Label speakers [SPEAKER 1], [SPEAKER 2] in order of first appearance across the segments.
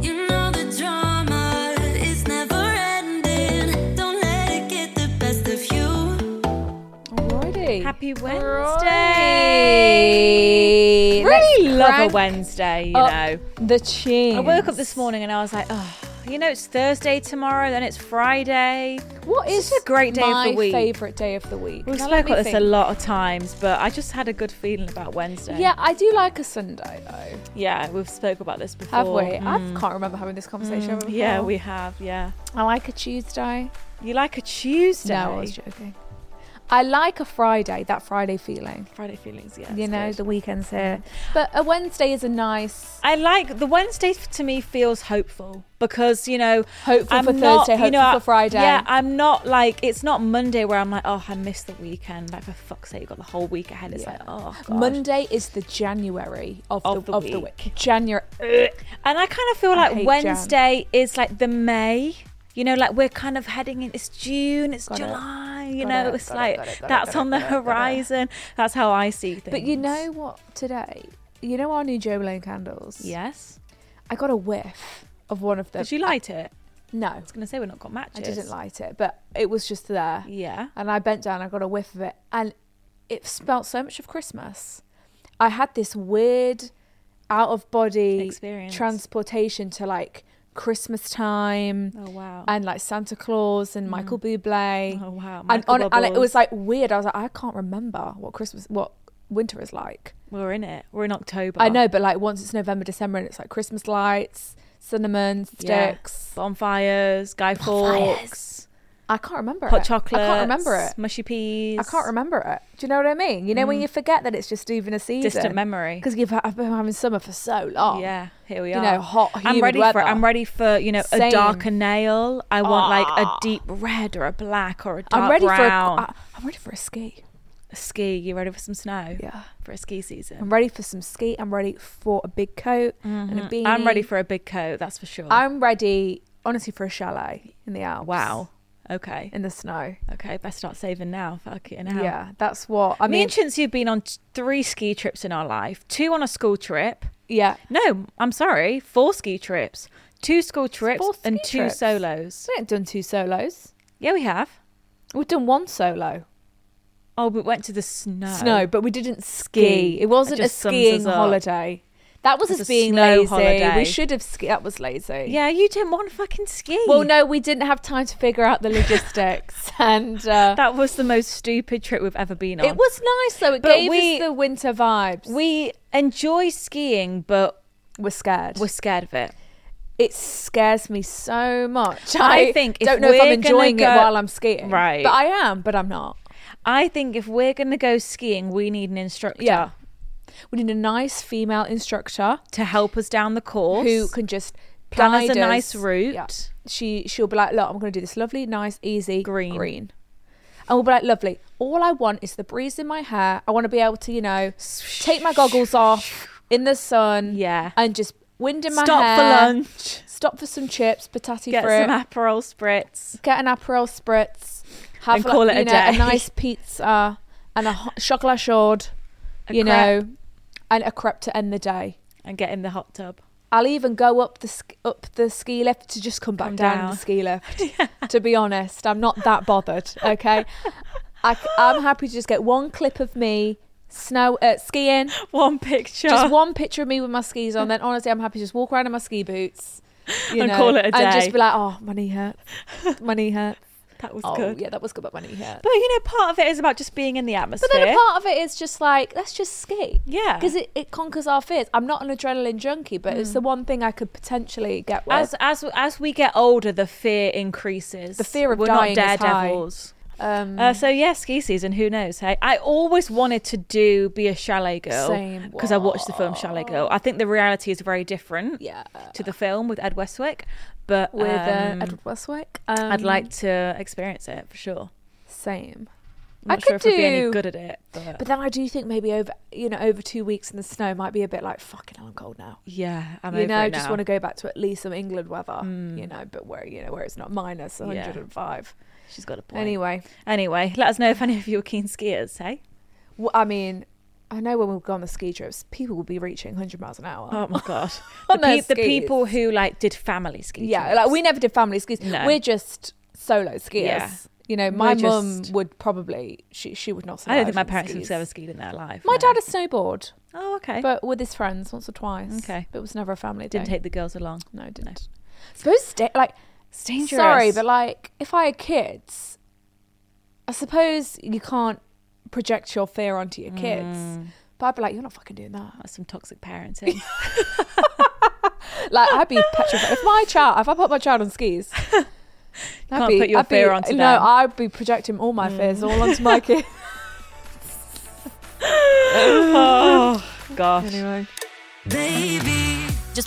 [SPEAKER 1] You know the drama is never ending. Don't let it get the best of you.
[SPEAKER 2] Alrighty.
[SPEAKER 3] Happy
[SPEAKER 2] Wednesday.
[SPEAKER 3] Wednesday.
[SPEAKER 2] Really
[SPEAKER 3] Let's
[SPEAKER 2] love a
[SPEAKER 3] crank Wednesday, you
[SPEAKER 2] up
[SPEAKER 3] know.
[SPEAKER 2] the tune.
[SPEAKER 3] I woke up this morning and I was like, oh, you know, it's Thursday tomorrow, then it's Friday.
[SPEAKER 2] What is
[SPEAKER 3] This is a great day of
[SPEAKER 2] my
[SPEAKER 3] the week.
[SPEAKER 2] Favorite day of the week.
[SPEAKER 3] We've
[SPEAKER 2] Now let
[SPEAKER 3] spoke
[SPEAKER 2] me
[SPEAKER 3] about this a
[SPEAKER 2] think.
[SPEAKER 3] lot of times, but I just had a good feeling about Wednesday.
[SPEAKER 2] Yeah, I do like a Sunday though.
[SPEAKER 3] Yeah, we've spoke about this before. Mm.
[SPEAKER 2] Have we? I can't remember having this conversation. ever
[SPEAKER 3] Yeah,
[SPEAKER 2] before.
[SPEAKER 3] we have, yeah.
[SPEAKER 2] I like a Tuesday.
[SPEAKER 3] You like a Tuesday?
[SPEAKER 2] No, I was joking. I like a Friday. That Friday feeling.
[SPEAKER 3] Friday feelings, yeah.
[SPEAKER 2] you
[SPEAKER 3] it's
[SPEAKER 2] know,
[SPEAKER 3] good. Mm. Oh
[SPEAKER 2] the weekend's here. But a Wednesday is a nice.
[SPEAKER 3] I like the Wednesday f- to me feels hopeful because you know
[SPEAKER 2] Hopeful
[SPEAKER 3] I'm
[SPEAKER 2] for
[SPEAKER 3] not,
[SPEAKER 2] Thursday,
[SPEAKER 3] you know,
[SPEAKER 2] hopeful
[SPEAKER 3] I-
[SPEAKER 2] for Friday.
[SPEAKER 3] Yeah, I'm not like it's not Monday where I'm like oh I missed the weekend like for fuck's sake you got the whole week ahead. It's like oh God.
[SPEAKER 2] Monday is the January of,
[SPEAKER 3] Of
[SPEAKER 2] the,
[SPEAKER 3] the
[SPEAKER 2] of the
[SPEAKER 3] week.
[SPEAKER 2] week. January.
[SPEAKER 3] and I kind of feel
[SPEAKER 2] I
[SPEAKER 3] like
[SPEAKER 2] hate
[SPEAKER 3] Wednesday is like the May. You know, like we're kind of heading in. It's June. It's
[SPEAKER 2] Got it.
[SPEAKER 3] July. You
[SPEAKER 2] Got
[SPEAKER 3] know,
[SPEAKER 2] it,
[SPEAKER 3] it's
[SPEAKER 2] got it,
[SPEAKER 3] like
[SPEAKER 2] got it, got it, got
[SPEAKER 3] that's
[SPEAKER 2] it,
[SPEAKER 3] on the
[SPEAKER 2] got it, got it.
[SPEAKER 3] horizon. That's how I see things.
[SPEAKER 2] But you know what? Today, you know our new Jo Malone candles.
[SPEAKER 3] yes.
[SPEAKER 2] I got a whiff of one of them.
[SPEAKER 3] Did you light it? I
[SPEAKER 2] No,
[SPEAKER 3] was gonna say we're not got matches.
[SPEAKER 2] I didn't light it, but it was just there.
[SPEAKER 3] Yeah.
[SPEAKER 2] And I bent down, I got a whiff of it, and it smelled so much of Christmas. I had this weird out of body
[SPEAKER 3] Experience.
[SPEAKER 2] transportation to like Christmas time.
[SPEAKER 3] Oh, wow.
[SPEAKER 2] And like Santa Claus and Michael Bublé.
[SPEAKER 3] Oh, wow.
[SPEAKER 2] And,
[SPEAKER 3] Michael
[SPEAKER 2] on, and it
[SPEAKER 3] Bubbles.
[SPEAKER 2] was like weird. I was like, I can't remember what Christmas, what winter is like.
[SPEAKER 3] We're in it. We're in October.
[SPEAKER 2] I know, but like once it's November, December, and it's like Christmas lights, cinnamon
[SPEAKER 3] Yeah.
[SPEAKER 2] sticks.
[SPEAKER 3] Bonfires, Guy Fawkes,
[SPEAKER 2] I can't remember
[SPEAKER 3] hot
[SPEAKER 2] it.
[SPEAKER 3] chocolate.
[SPEAKER 2] I can't remember it.
[SPEAKER 3] Mushy peas.
[SPEAKER 2] I can't remember it. Do you know what I mean? You know when you forget that it's just even a season.
[SPEAKER 3] Distant memory.
[SPEAKER 2] Because you've I've been having summer for so long.
[SPEAKER 3] Yeah, here we
[SPEAKER 2] You
[SPEAKER 3] are.
[SPEAKER 2] know, hot,
[SPEAKER 3] I'm
[SPEAKER 2] humid
[SPEAKER 3] ready
[SPEAKER 2] weather.
[SPEAKER 3] for. I'm ready for you know a
[SPEAKER 2] Same. Ah.
[SPEAKER 3] darker nail. I want like a deep red or a black or a dark
[SPEAKER 2] I'm ready
[SPEAKER 3] brown.
[SPEAKER 2] for. A, ah. I, I'm ready for a ski.
[SPEAKER 3] A ski. You ready for some snow?
[SPEAKER 2] Yeah.
[SPEAKER 3] For a ski season.
[SPEAKER 2] I'm ready for some ski. I'm ready for a big coat and a beanie.
[SPEAKER 3] I'm ready for a big coat. That's for sure.
[SPEAKER 2] I'm ready, honestly, for a chalet in the Alps.
[SPEAKER 3] wow. Okay.
[SPEAKER 2] In the snow.
[SPEAKER 3] Okay. Best start saving now. Fuck it now.
[SPEAKER 2] Yeah, that's what I
[SPEAKER 3] Me
[SPEAKER 2] mean.
[SPEAKER 3] and Chintzy have been on t- three ski trips in our life. Two on a school trip.
[SPEAKER 2] yeah,
[SPEAKER 3] No, I'm sorry. Four ski trips, two school trips,
[SPEAKER 2] Four ski
[SPEAKER 3] and two
[SPEAKER 2] trips.
[SPEAKER 3] solos.
[SPEAKER 2] we ain't done two solos.
[SPEAKER 3] Yeah, we have.
[SPEAKER 2] We've done one solo.
[SPEAKER 3] Oh, we went to the snow.
[SPEAKER 2] snow, but we didn't ski.
[SPEAKER 3] Ski.
[SPEAKER 2] It wasn't
[SPEAKER 3] That
[SPEAKER 2] a
[SPEAKER 3] just sums
[SPEAKER 2] skiing
[SPEAKER 3] us up.
[SPEAKER 2] holiday. That was
[SPEAKER 3] It's
[SPEAKER 2] us
[SPEAKER 3] a
[SPEAKER 2] being
[SPEAKER 3] snow
[SPEAKER 2] lazy.
[SPEAKER 3] holiday.
[SPEAKER 2] We should have ski. That was lazy.
[SPEAKER 3] Yeah, you didn't want to fucking ski.
[SPEAKER 2] Well, no, we didn't have time to figure out the logistics, and uh,
[SPEAKER 3] That was the most stupid trip we've ever been on.
[SPEAKER 2] it was nice though. It
[SPEAKER 3] But
[SPEAKER 2] gave
[SPEAKER 3] we-
[SPEAKER 2] us the winter vibes.
[SPEAKER 3] We enjoy skiing, but
[SPEAKER 2] were scared.
[SPEAKER 3] we're scared of it.
[SPEAKER 2] it scares me so much.
[SPEAKER 3] I think if
[SPEAKER 2] don't know if I'm
[SPEAKER 3] we're gonna
[SPEAKER 2] enjoying
[SPEAKER 3] go-
[SPEAKER 2] it while I'm skiing.
[SPEAKER 3] Right.
[SPEAKER 2] but I am, but I'm not.
[SPEAKER 3] I think if we're going to go skiing, we need an instructor
[SPEAKER 2] Yeah. We need a nice female instructor
[SPEAKER 3] to help us down the course.
[SPEAKER 2] who can just
[SPEAKER 3] Plan us
[SPEAKER 2] guide
[SPEAKER 3] a nice route.
[SPEAKER 2] Yeah. She she'll be like, look, I'm going to do this lovely, nice, easy
[SPEAKER 3] Green.
[SPEAKER 2] green, and we'll be like, lovely. All I want is the breeze in my hair. I want to be able to, you know, take my goggles off in the sun,
[SPEAKER 3] Yeah.
[SPEAKER 2] and just wind in my
[SPEAKER 3] Stop
[SPEAKER 2] hair.
[SPEAKER 3] for lunch.
[SPEAKER 2] Stop for some chips, patati
[SPEAKER 3] Get
[SPEAKER 2] fruit,
[SPEAKER 3] some Aperol spritz.
[SPEAKER 2] get an aperol spritz, have
[SPEAKER 3] And
[SPEAKER 2] like,
[SPEAKER 3] call it
[SPEAKER 2] you
[SPEAKER 3] a
[SPEAKER 2] know,
[SPEAKER 3] day.
[SPEAKER 2] nice pizza and a hot chocolate chaude,
[SPEAKER 3] A
[SPEAKER 2] you
[SPEAKER 3] crepe.
[SPEAKER 2] know, and a crepe to end the day.
[SPEAKER 3] And get in the hot tub.
[SPEAKER 2] I'll even go up the sk- up the ski lift to just come back
[SPEAKER 3] Come
[SPEAKER 2] down,
[SPEAKER 3] down.
[SPEAKER 2] the ski lift. To be honest, I'm not that bothered. Okay, I, am happy to just get one clip of me snow uh, skiing.
[SPEAKER 3] One picture.
[SPEAKER 2] Just one picture of me with my skis on. Then honestly, I'm happy to just walk around in my ski boots. You
[SPEAKER 3] And
[SPEAKER 2] know,
[SPEAKER 3] call it a
[SPEAKER 2] And
[SPEAKER 3] day.
[SPEAKER 2] just be like, oh, my knee hurts. My knee hurts.
[SPEAKER 3] That was
[SPEAKER 2] oh,
[SPEAKER 3] good.
[SPEAKER 2] yeah, that was good, but my knee hurts.
[SPEAKER 3] But you know, part of it is about just being in the atmosphere.
[SPEAKER 2] But then a part of it is just like, let's just ski.
[SPEAKER 3] Yeah. Mm.
[SPEAKER 2] Because it, it conquers our fears. I'm not an adrenaline junkie, but it's the one thing I could potentially get with.
[SPEAKER 3] as as as we get older, the fear increases.
[SPEAKER 2] The fear of
[SPEAKER 3] We're
[SPEAKER 2] dying is high.
[SPEAKER 3] not daredevils.
[SPEAKER 2] um,
[SPEAKER 3] Uh, so yeah, ski season. Who knows? Hey, I always wanted to do be a chalet girl
[SPEAKER 2] Same.
[SPEAKER 3] because I watched the film Chalet Girl. I think the reality is very different
[SPEAKER 2] yeah.
[SPEAKER 3] to the film with Ed Westwick, but
[SPEAKER 2] With
[SPEAKER 3] um,
[SPEAKER 2] uh, Edward Westwick. Um,
[SPEAKER 3] I'd like to experience it for sure.
[SPEAKER 2] Same.
[SPEAKER 3] I'm not
[SPEAKER 2] I
[SPEAKER 3] sure
[SPEAKER 2] could
[SPEAKER 3] if I'd be any
[SPEAKER 2] do-
[SPEAKER 3] good at it, but,
[SPEAKER 2] But then I do think maybe over, you know, over two weeks in the snow might be a bit like, fucking hell, I'm cold now.
[SPEAKER 3] yeah, I'm
[SPEAKER 2] you
[SPEAKER 3] over
[SPEAKER 2] know,
[SPEAKER 3] it
[SPEAKER 2] just
[SPEAKER 3] now. Hmm.
[SPEAKER 2] want to go back to at least some England weather, you know, but where you know where it's not minus
[SPEAKER 3] Yeah.
[SPEAKER 2] 105.
[SPEAKER 3] She's got a point.
[SPEAKER 2] Anyway,
[SPEAKER 3] anyway, let us know if any of you are keen skiers. Hey,
[SPEAKER 2] w- I mean, I know when we go on the ski trips, people will be reaching 100 miles an hour.
[SPEAKER 3] oh my god, the,
[SPEAKER 2] On their
[SPEAKER 3] the people
[SPEAKER 2] skis.
[SPEAKER 3] who like did family ski.
[SPEAKER 2] yeah,
[SPEAKER 3] trips.
[SPEAKER 2] like we never did family skis.
[SPEAKER 3] No.
[SPEAKER 2] We're just solo skiers.
[SPEAKER 3] Yeah.
[SPEAKER 2] You know, my
[SPEAKER 3] We're
[SPEAKER 2] mum
[SPEAKER 3] just-
[SPEAKER 2] would probably she she would not.
[SPEAKER 3] I don't
[SPEAKER 2] survive
[SPEAKER 3] think my
[SPEAKER 2] on
[SPEAKER 3] parents
[SPEAKER 2] skis.
[SPEAKER 3] have ever skied in their life.
[SPEAKER 2] My
[SPEAKER 3] no.
[SPEAKER 2] dad has snowboard,
[SPEAKER 3] Oh, okay.
[SPEAKER 2] but with his friends once or twice.
[SPEAKER 3] Okay.
[SPEAKER 2] but it was never a family.
[SPEAKER 3] didn't
[SPEAKER 2] thing.
[SPEAKER 3] take the girls along.
[SPEAKER 2] No, it didn't. Suppose sta- like
[SPEAKER 3] It's dangerous.
[SPEAKER 2] Sorry, but like if I had kids, I suppose you can't project your fear onto your kids.
[SPEAKER 3] Mm.
[SPEAKER 2] But I'd be like, you're not fucking doing that.
[SPEAKER 3] that's some toxic parenting.
[SPEAKER 2] Like I'd be petrified. if my child, if I put my child on skis,
[SPEAKER 3] Can't put your
[SPEAKER 2] be,
[SPEAKER 3] fear onto
[SPEAKER 2] No,
[SPEAKER 3] them. Mm.
[SPEAKER 2] I'd be projecting all my fears all onto my kid.
[SPEAKER 3] oh gosh.
[SPEAKER 2] anyway,
[SPEAKER 4] Baby.
[SPEAKER 3] Just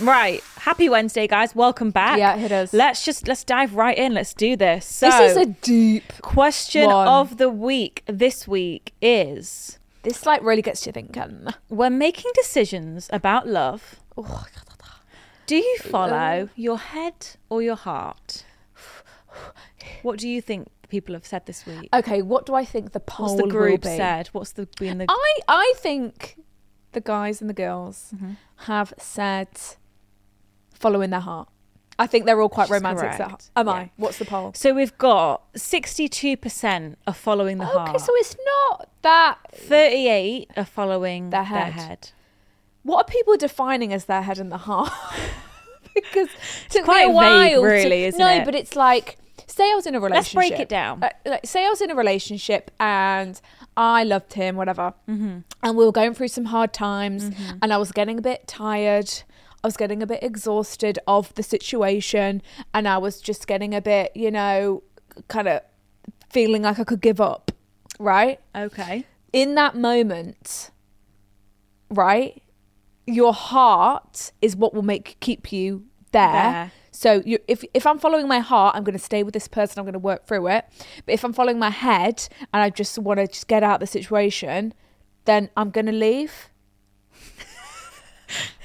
[SPEAKER 3] Right. Happy Wednesday, guys. Welcome back.
[SPEAKER 2] Yeah, hit us.
[SPEAKER 3] Let's just let's dive right in. Let's do this. So,
[SPEAKER 2] this is a deep.
[SPEAKER 3] question
[SPEAKER 2] one.
[SPEAKER 3] of the week this week is
[SPEAKER 2] This like really gets you thinking.
[SPEAKER 3] when making decisions about love,
[SPEAKER 2] Oh,
[SPEAKER 3] do you
[SPEAKER 2] Uh,
[SPEAKER 3] follow your head or your heart? What do you think people have said this week?
[SPEAKER 2] okay, what do I think the poll
[SPEAKER 3] What's the group
[SPEAKER 2] will be?
[SPEAKER 3] said? What's the been the
[SPEAKER 2] I I think the guys and the girls
[SPEAKER 3] Mm-hmm.
[SPEAKER 2] have said following their heart. I think they're all quite
[SPEAKER 3] She's
[SPEAKER 2] romantic. so-
[SPEAKER 3] correct.
[SPEAKER 2] Am
[SPEAKER 3] Yeah.
[SPEAKER 2] I? What's the poll?
[SPEAKER 3] So we've got sixty-two percent are following the
[SPEAKER 2] Okay,
[SPEAKER 3] heart.
[SPEAKER 2] so it's not that.
[SPEAKER 3] Thirty-eight are following
[SPEAKER 2] Their
[SPEAKER 3] their
[SPEAKER 2] head.
[SPEAKER 3] head.
[SPEAKER 2] What are people defining as their head and the heart? because it's
[SPEAKER 3] quite
[SPEAKER 2] a
[SPEAKER 3] vague,
[SPEAKER 2] while to-
[SPEAKER 3] really, isn't
[SPEAKER 2] no,
[SPEAKER 3] it?
[SPEAKER 2] but it's like say I was in a
[SPEAKER 3] Let's
[SPEAKER 2] relationship.
[SPEAKER 3] break it down.
[SPEAKER 2] Uh, like, say I was in a relationship and I loved him, whatever,
[SPEAKER 3] Mm-hmm.
[SPEAKER 2] and we were going through some hard times, and I was getting a bit tired. I was getting a bit exhausted of the situation, and I was just getting a bit, you know, kind of feeling like I could give up, right?
[SPEAKER 3] Okay.
[SPEAKER 2] in that moment, right? Your heart is what will make keep you there.
[SPEAKER 3] There.
[SPEAKER 2] So you, if if I'm following my heart, I'm going to stay with this person. I'm going to work through it. But if I'm following my head and I just want to just get out of the situation, then I'm going to leave.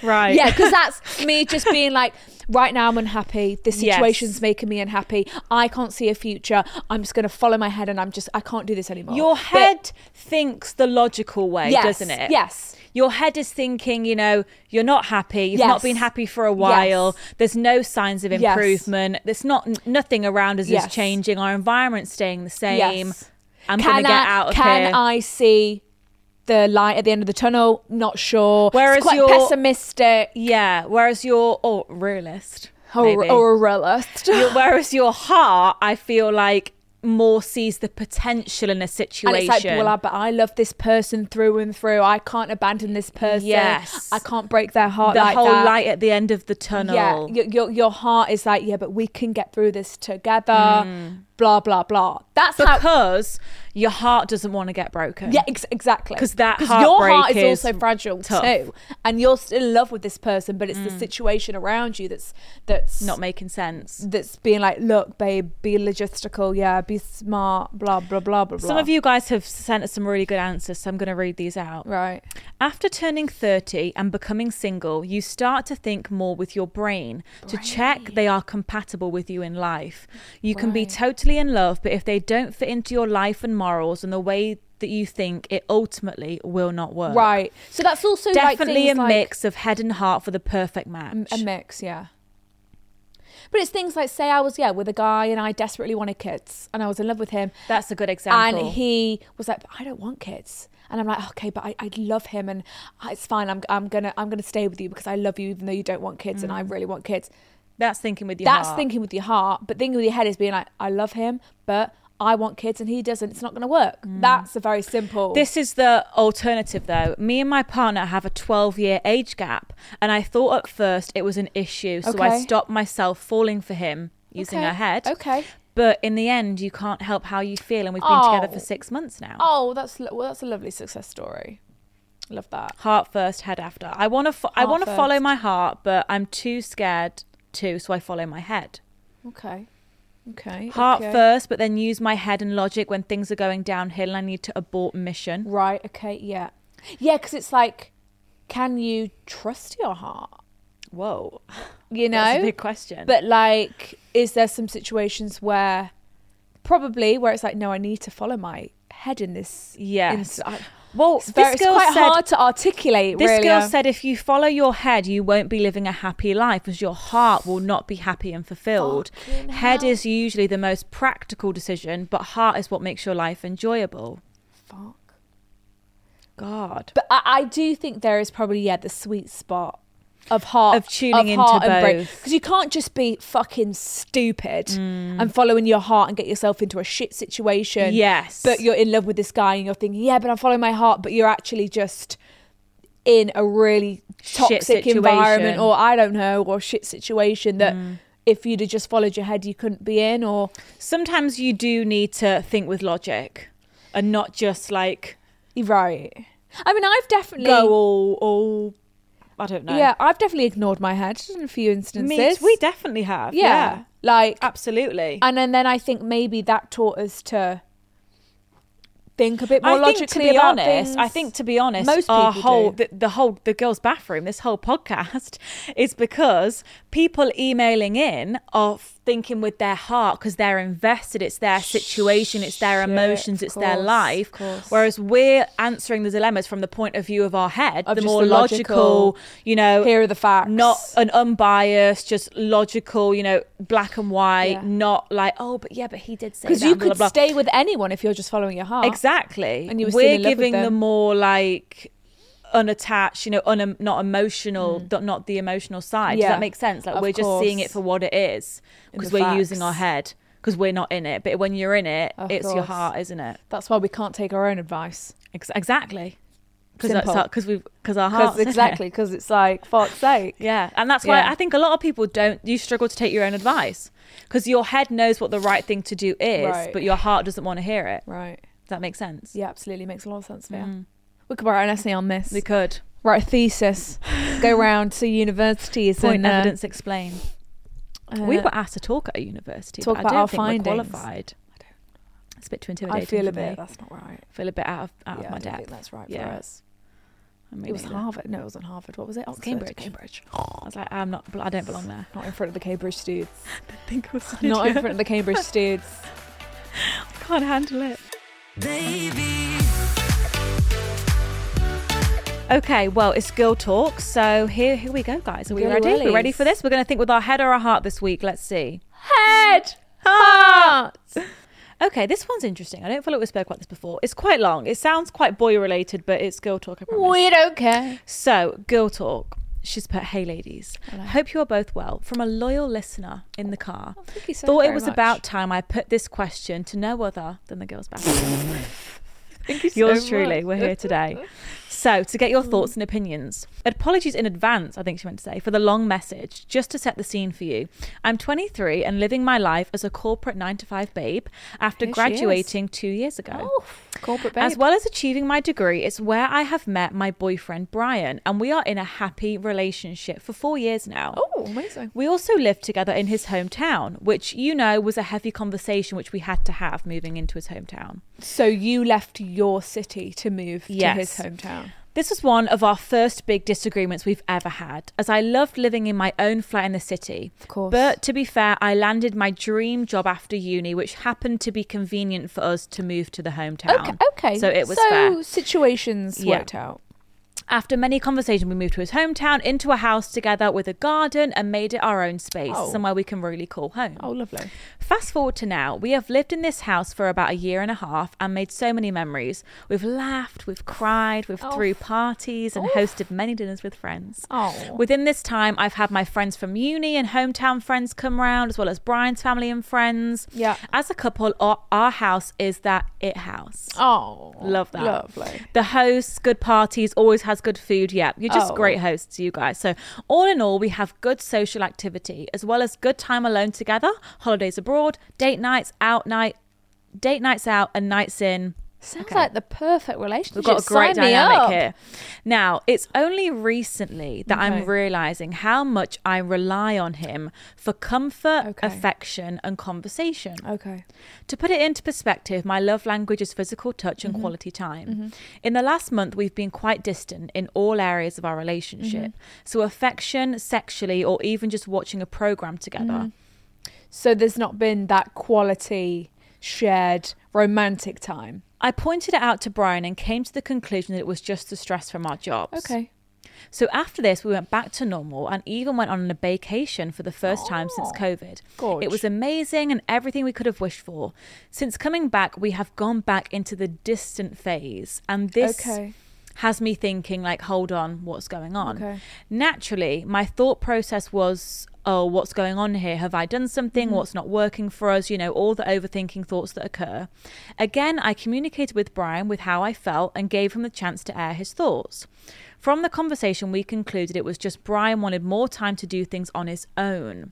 [SPEAKER 3] Right.
[SPEAKER 2] Yeah, because that's me just being like, right now I'm unhappy. This
[SPEAKER 3] Yes.
[SPEAKER 2] situation's making me unhappy. I can't see a future. I'm just going to follow my head, and I'm just I can't do this anymore.
[SPEAKER 3] Your
[SPEAKER 2] But-
[SPEAKER 3] head thinks the logical way,
[SPEAKER 2] Yes,
[SPEAKER 3] doesn't it?
[SPEAKER 2] yes.
[SPEAKER 3] Your head is thinking, you know, you're not happy. You've not
[SPEAKER 2] Yes.
[SPEAKER 3] been happy for a while. There's no signs of
[SPEAKER 2] Yes.
[SPEAKER 3] improvement. There's not n- nothing around us
[SPEAKER 2] Yes.
[SPEAKER 3] is changing. Our environment's staying the same.
[SPEAKER 2] Yes.
[SPEAKER 3] I'm gonna get
[SPEAKER 2] I,
[SPEAKER 3] out of
[SPEAKER 2] can
[SPEAKER 3] here.
[SPEAKER 2] I see the light at the end of the tunnel? Not sure.
[SPEAKER 3] Whereas
[SPEAKER 2] it's quite
[SPEAKER 3] your-
[SPEAKER 2] pessimistic
[SPEAKER 3] yeah. Whereas your or realist,
[SPEAKER 2] or,
[SPEAKER 3] maybe.
[SPEAKER 2] or a realist.
[SPEAKER 3] Your- whereas your heart, I feel like more sees the potential in a
[SPEAKER 2] And
[SPEAKER 3] situation.
[SPEAKER 2] it's like, well, I, but I love this person through and through. I can't abandon this person.
[SPEAKER 3] Yes.
[SPEAKER 2] I can't break their heart.
[SPEAKER 3] the
[SPEAKER 2] like
[SPEAKER 3] whole
[SPEAKER 2] that.
[SPEAKER 3] light at the end of the tunnel.
[SPEAKER 2] Yeah, your, your your heart is like, yeah, but we can get through this together. blah blah blah. That's how.
[SPEAKER 3] Hmm. because your heart doesn't want to get broken.
[SPEAKER 2] Yeah, ex- exactly.
[SPEAKER 3] 'Cause that
[SPEAKER 2] your heart
[SPEAKER 3] heartbreak
[SPEAKER 2] is,
[SPEAKER 3] is
[SPEAKER 2] also fragile
[SPEAKER 3] tough. Hmm.
[SPEAKER 2] too, and you're still in love with this person, but it's the situation around you that's that's
[SPEAKER 3] not making sense.
[SPEAKER 2] that's being like, look, babe, be logistical, yeah, be smart, blah blah blah blah.
[SPEAKER 3] Some of you guys have sent us some really good answers, so I'm going to read these out.
[SPEAKER 2] right?
[SPEAKER 3] After turning 30 and becoming single, you start to think more with your brain, to check they are compatible with you in life. You can be totally in love, but if they don't fit into your life and morals and the way that you think, it ultimately will not work.
[SPEAKER 2] Right. So that's also like,
[SPEAKER 3] Definitely
[SPEAKER 2] things
[SPEAKER 3] a
[SPEAKER 2] like-
[SPEAKER 3] mix of head and heart for the perfect match.
[SPEAKER 2] A mix, yeah. But it's things like, say, I was yeah with a guy and I desperately wanted kids and I was in love with him,
[SPEAKER 3] That's a good example.
[SPEAKER 2] and he was like, but I don't want kids, and I'm like, okay, but I, I love him and uh, it's fine. I'm I'm gonna I'm gonna stay with you because I love you even though you don't want kids and I really want kids.
[SPEAKER 3] That's thinking with your
[SPEAKER 2] That's
[SPEAKER 3] heart.
[SPEAKER 2] thinking with your heart, but thinking with your head is being like, I love him, but I want kids and he doesn't. It's not gonna work. That's a very simple.
[SPEAKER 3] Mm. This is the alternative though. Me and my partner have a 12 year age gap, and I thought at first it was an issue, so I
[SPEAKER 2] Okay.
[SPEAKER 3] stopped myself falling for him using
[SPEAKER 2] Okay.
[SPEAKER 3] her head.
[SPEAKER 2] Okay.
[SPEAKER 3] But in the end, you can't help how you feel, and we've been together
[SPEAKER 2] Oh.
[SPEAKER 3] for six months now.
[SPEAKER 2] Oh, that's lo- well, that's a lovely success story. Love that.
[SPEAKER 3] Heart first, head after. I want to. Fo- I
[SPEAKER 2] Heart
[SPEAKER 3] want to follow
[SPEAKER 2] first.
[SPEAKER 3] my heart, but I'm too scared to, so I follow my head.
[SPEAKER 2] Okay. Okay.
[SPEAKER 3] Heart
[SPEAKER 2] okay.
[SPEAKER 3] first, but then use my head and logic when things are going downhill, and I need to abort mission.
[SPEAKER 2] Right. Okay. Yeah. Yeah, because it's like, can you trust your heart?
[SPEAKER 3] Whoa,
[SPEAKER 2] You know.
[SPEAKER 3] that's a big question.
[SPEAKER 2] But like, is there some situations where, probably, where it's like, no, I need to follow my head in this.
[SPEAKER 3] Yes.
[SPEAKER 2] in- I-
[SPEAKER 3] well,
[SPEAKER 2] it's, very,
[SPEAKER 3] this
[SPEAKER 2] it's
[SPEAKER 3] girl
[SPEAKER 2] quite
[SPEAKER 3] said-
[SPEAKER 2] hard to articulate.
[SPEAKER 3] This
[SPEAKER 2] really.
[SPEAKER 3] girl
[SPEAKER 2] uh,
[SPEAKER 3] said, if you follow your head, you won't be living a happy life as your heart will not be happy and fulfilled. Head is usually the most practical decision, but heart is what makes your life enjoyable.
[SPEAKER 2] Fuck.
[SPEAKER 3] God.
[SPEAKER 2] But I, I do think there is probably yeah the sweet spot of heart
[SPEAKER 3] Of tuning into both. Mm.
[SPEAKER 2] because you can't just be fucking stupid and following your heart and get yourself into a shit situation.
[SPEAKER 3] Yes.
[SPEAKER 2] but you're in love with this guy and you're thinking yeah, but I'm following my heart, but you're actually just in a really
[SPEAKER 3] Shit
[SPEAKER 2] toxic
[SPEAKER 3] situation.
[SPEAKER 2] environment or I don't know or shit situation that.
[SPEAKER 3] Mm.
[SPEAKER 2] If you'd have just followed your head, you couldn't be in, or
[SPEAKER 3] Sometimes you do need to think with logic and not just like
[SPEAKER 2] you're right. I mean, I've definitely
[SPEAKER 3] go all, all I don't know.
[SPEAKER 2] yeah, I've definitely ignored my head in a few instances.
[SPEAKER 3] Me, we definitely have. Yeah.
[SPEAKER 2] yeah. Like, uh,
[SPEAKER 3] Absolutely.
[SPEAKER 2] and then, then I think maybe that taught us to think a bit more
[SPEAKER 3] I think, to
[SPEAKER 2] logically
[SPEAKER 3] be
[SPEAKER 2] about
[SPEAKER 3] honest,
[SPEAKER 2] things.
[SPEAKER 3] I think to be honest,
[SPEAKER 2] Most
[SPEAKER 3] our
[SPEAKER 2] people
[SPEAKER 3] whole
[SPEAKER 2] do.
[SPEAKER 3] The, the whole the girls' bathroom, this whole podcast, is because people emailing in are thinking with their heart because they're invested. It's their situation, it's their
[SPEAKER 2] Shit,
[SPEAKER 3] emotions,
[SPEAKER 2] of
[SPEAKER 3] it's their
[SPEAKER 2] course,
[SPEAKER 3] life.
[SPEAKER 2] of course.
[SPEAKER 3] Whereas we're answering the dilemmas from the point of view of our head,
[SPEAKER 2] Of
[SPEAKER 3] the
[SPEAKER 2] just
[SPEAKER 3] more
[SPEAKER 2] the
[SPEAKER 3] logical,
[SPEAKER 2] logical,
[SPEAKER 3] you know,
[SPEAKER 2] here are the facts.
[SPEAKER 3] not an unbiased, just logical, you know, black and white,
[SPEAKER 2] Yeah.
[SPEAKER 3] not like oh, but yeah, but he did say
[SPEAKER 2] because
[SPEAKER 3] that,
[SPEAKER 2] you
[SPEAKER 3] blah,
[SPEAKER 2] could
[SPEAKER 3] blah, blah.
[SPEAKER 2] stay with anyone if you're just following your heart.
[SPEAKER 3] Exactly.
[SPEAKER 2] And you were still
[SPEAKER 3] We're
[SPEAKER 2] in love with
[SPEAKER 3] giving the
[SPEAKER 2] them.
[SPEAKER 3] more like unattached, you know, un- not emotional, th- not the emotional side. Does
[SPEAKER 2] Mm. Yeah.
[SPEAKER 3] that make sense? Like
[SPEAKER 2] Of
[SPEAKER 3] we're just seeing it
[SPEAKER 2] course.
[SPEAKER 3] for what it is
[SPEAKER 2] And
[SPEAKER 3] because
[SPEAKER 2] the
[SPEAKER 3] we're using our
[SPEAKER 2] facts.
[SPEAKER 3] head because we're not in it. But when you're in it,
[SPEAKER 2] Of
[SPEAKER 3] it's your
[SPEAKER 2] course.
[SPEAKER 3] heart, isn't it?
[SPEAKER 2] That's why we can't take our own advice.
[SPEAKER 3] Ex- exactly. Because
[SPEAKER 2] Simple.
[SPEAKER 3] because we because our hearts
[SPEAKER 2] Because
[SPEAKER 3] isn't it?
[SPEAKER 2] exactly, because it's like fuck's sake.
[SPEAKER 3] Yeah, and that's why
[SPEAKER 2] Yeah.
[SPEAKER 3] I think a lot of people don't. You struggle to take your own advice because your head knows what the right thing to do is,
[SPEAKER 2] Right.
[SPEAKER 3] but your heart doesn't want to hear it.
[SPEAKER 2] Right.
[SPEAKER 3] Does that make sense?
[SPEAKER 2] Yeah, absolutely makes a lot of sense. Yeah. We could write an essay on this.
[SPEAKER 3] We could
[SPEAKER 2] write a thesis. go round to universities
[SPEAKER 3] point
[SPEAKER 2] and uh,
[SPEAKER 3] evidence explain.
[SPEAKER 2] uh,
[SPEAKER 3] we were asked to talk at a university.
[SPEAKER 2] talk
[SPEAKER 3] but
[SPEAKER 2] about
[SPEAKER 3] I don't
[SPEAKER 2] our
[SPEAKER 3] think
[SPEAKER 2] findings.
[SPEAKER 3] We're qualified. It's a bit too intimidating.
[SPEAKER 2] I feel
[SPEAKER 3] for
[SPEAKER 2] a bit.
[SPEAKER 3] Me.
[SPEAKER 2] That's not right.
[SPEAKER 3] Feel a bit out of, out
[SPEAKER 2] yeah,
[SPEAKER 3] of my
[SPEAKER 2] I don't think
[SPEAKER 3] depth.
[SPEAKER 2] that's right
[SPEAKER 3] Yeah.
[SPEAKER 2] for us.
[SPEAKER 3] I mean,
[SPEAKER 2] It was
[SPEAKER 3] either.
[SPEAKER 2] Harvard. No, it wasn't Harvard. What was it? Oxford.
[SPEAKER 3] Cambridge.
[SPEAKER 2] Cambridge.
[SPEAKER 3] I was like, I'm not. I don't belong there.
[SPEAKER 2] Not in front of the Cambridge dudes.
[SPEAKER 3] I think I was
[SPEAKER 2] Not in front of the Cambridge dudes.
[SPEAKER 3] Can't handle it.
[SPEAKER 1] Baby,
[SPEAKER 3] Okay, well, it's girl talk. So here, here we go, guys. Are we
[SPEAKER 2] Girly
[SPEAKER 3] ready? We're ready
[SPEAKER 2] willies.
[SPEAKER 3] for this. We're going to think with our head or our heart this week. Let's see.
[SPEAKER 2] Head. Heart.
[SPEAKER 3] Okay, this one's interesting. I don't feel like we spoke about this before. It's quite long. It sounds quite boy related, but it's girl talk. I promise.
[SPEAKER 2] We don't care.
[SPEAKER 3] So, girl talk. She's put, hey ladies, hope you are both well. From a loyal listener in the car.
[SPEAKER 2] Oh, thank you so
[SPEAKER 3] Thought it
[SPEAKER 2] very
[SPEAKER 3] was
[SPEAKER 2] much.
[SPEAKER 3] about time I put this question to no other than the girls' bathroom.
[SPEAKER 2] Thank you so
[SPEAKER 3] Yours
[SPEAKER 2] much. Hmm.
[SPEAKER 3] truly. We're here today. So, to get your thoughts and opinions, apologies in advance, I think she meant to say, for the long message, just to set the scene for you. I'm 23 and living my life as a corporate nine to five babe after
[SPEAKER 2] Here she is.
[SPEAKER 3] graduating two years ago.
[SPEAKER 2] Oh, corporate babe.
[SPEAKER 3] As well as achieving my degree, it's where I have met my boyfriend Brian, and we are in a happy relationship for four years now.
[SPEAKER 2] Oh, amazing.
[SPEAKER 3] We also lived together in his hometown, which you know was a heavy conversation which we had to have moving into his hometown.
[SPEAKER 2] So you left your city to move
[SPEAKER 3] Yes.
[SPEAKER 2] to his hometown.
[SPEAKER 3] This was one of our first big disagreements we've ever had, as I loved living in my own flat in the city. Of
[SPEAKER 2] course.
[SPEAKER 3] But to be fair, I landed my dream job after uni, which happened to be convenient for us to move to the hometown.
[SPEAKER 2] Okay. Okay.
[SPEAKER 3] So it was
[SPEAKER 2] so
[SPEAKER 3] fair.
[SPEAKER 2] situations
[SPEAKER 3] Yeah.
[SPEAKER 2] worked out.
[SPEAKER 3] After many conversations, we moved to his hometown, into a house together with a garden, and made it our own space,
[SPEAKER 2] Oh.
[SPEAKER 3] somewhere we can really call home.
[SPEAKER 2] Oh, lovely.
[SPEAKER 3] Fast forward to now, we have lived in this house for about a year and a half and made so many memories. We've laughed, we've cried, we've
[SPEAKER 2] Oh.
[SPEAKER 3] threw parties and
[SPEAKER 2] Oh.
[SPEAKER 3] hosted many dinners with friends.
[SPEAKER 2] Oh.
[SPEAKER 3] Within this time, I've had my friends from uni and hometown friends come round, as well as Brian's family and friends.
[SPEAKER 2] Yeah.
[SPEAKER 3] As a couple, our, our house is that it house.
[SPEAKER 2] Oh,
[SPEAKER 3] Love that.
[SPEAKER 2] Lovely.
[SPEAKER 3] The hosts, good parties, always has good food. Yeah, you're just
[SPEAKER 2] Oh.
[SPEAKER 3] great hosts, you guys. So, all in all, we have good social activity as well as good time alone together, holidays abroad, date nights, out night, date nights out, and nights in.
[SPEAKER 2] Sounds
[SPEAKER 3] Okay.
[SPEAKER 2] like the perfect relationship.
[SPEAKER 3] We've got a great
[SPEAKER 2] Sign me
[SPEAKER 3] dynamic
[SPEAKER 2] up.
[SPEAKER 3] here. Now, it's only recently that I'm
[SPEAKER 2] Okay.
[SPEAKER 3] realizing how much I rely on him for comfort,
[SPEAKER 2] Okay.
[SPEAKER 3] affection, and conversation.
[SPEAKER 2] Okay.
[SPEAKER 3] To put it into perspective, my love language is physical touch and quality time. In the last month, we've been quite distant in all areas of our relationship. So, affection, sexually, or even just watching a program together.
[SPEAKER 2] So there's not been that quality shared romantic time.
[SPEAKER 3] I pointed it out to Brian and came to the conclusion that it was just the stress from our jobs. So after this, we went back to normal and even went on a vacation for the first time since COVID.
[SPEAKER 2] gorge.
[SPEAKER 3] It was amazing and everything we could have wished for. Since coming back, we have gone back into the distant phase, and this
[SPEAKER 2] Okay.
[SPEAKER 3] has me thinking like, hold on, what's going on?
[SPEAKER 2] Okay.
[SPEAKER 3] Naturally, my thought process was. Oh, what's going on here? Have I done something?
[SPEAKER 2] Mm-hmm.
[SPEAKER 3] What's not working for us? You know, all the overthinking thoughts that occur. Again, I communicated with Brian with how I felt and gave him the chance to air his thoughts. From the conversation, we concluded it was just Brian wanted more time to do things on his own.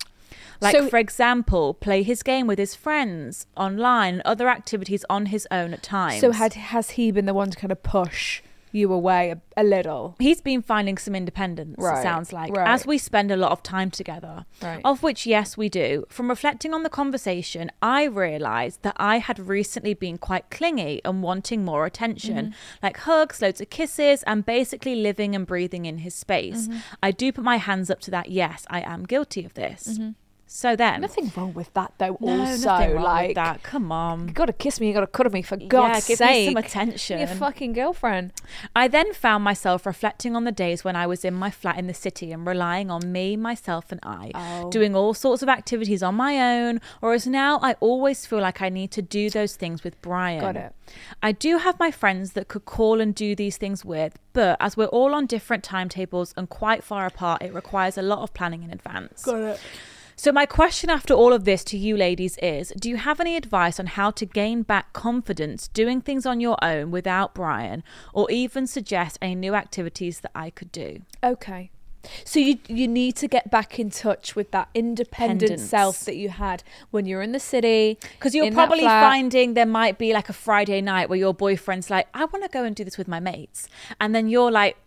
[SPEAKER 3] Like,
[SPEAKER 2] So-
[SPEAKER 3] for example, play his game with his friends online and other activities on his own at times.
[SPEAKER 2] So had has he been the one to kind of push you away a, a little?
[SPEAKER 3] He's been finding some independence, it
[SPEAKER 2] Right,
[SPEAKER 3] sounds like,
[SPEAKER 2] right.
[SPEAKER 3] as we spend a lot of time together.
[SPEAKER 2] Right.
[SPEAKER 3] Of which, yes, we do. From reflecting on the conversation, I realised that I had recently been quite clingy and wanting more attention,
[SPEAKER 2] Mm-hmm.
[SPEAKER 3] like hugs, loads of kisses, and basically living and breathing in his space.
[SPEAKER 2] Mm-hmm.
[SPEAKER 3] I do put my hands up to that. Yes, I am guilty of this. So then,
[SPEAKER 2] Mm-hmm. Nothing wrong with that though.
[SPEAKER 3] No,
[SPEAKER 2] also,
[SPEAKER 3] nothing wrong with
[SPEAKER 2] like
[SPEAKER 3] that. Come on.
[SPEAKER 2] You gotta kiss me. You gotta cuddle me for God's
[SPEAKER 3] give me
[SPEAKER 2] sake.
[SPEAKER 3] some attention.
[SPEAKER 2] Your fucking girlfriend.
[SPEAKER 3] I then found myself reflecting on the days when I was in my flat in the city and relying on me, myself, and I,
[SPEAKER 2] Oh.
[SPEAKER 3] doing all sorts of activities on my own, whereas now I always feel like I need to do those things with Brian.
[SPEAKER 2] Got it.
[SPEAKER 3] I do have my friends that could call and do these things with, but as we're all on different timetables and quite far apart, it requires a lot of planning in advance.
[SPEAKER 2] it.
[SPEAKER 3] So, my question after all of this to you ladies is Do you have any advice on how to gain back confidence doing things on your own without Brian, or even suggest any new activities that I could do?
[SPEAKER 2] Okay. So you you need to get back in touch with that independent
[SPEAKER 3] Independence.
[SPEAKER 2] self that you had when you were in the city.
[SPEAKER 3] Because you're
[SPEAKER 2] in that
[SPEAKER 3] probably
[SPEAKER 2] flat.
[SPEAKER 3] finding there might be like a Friday night where your boyfriend's like, I want to go and do this with my mates. And then you're like,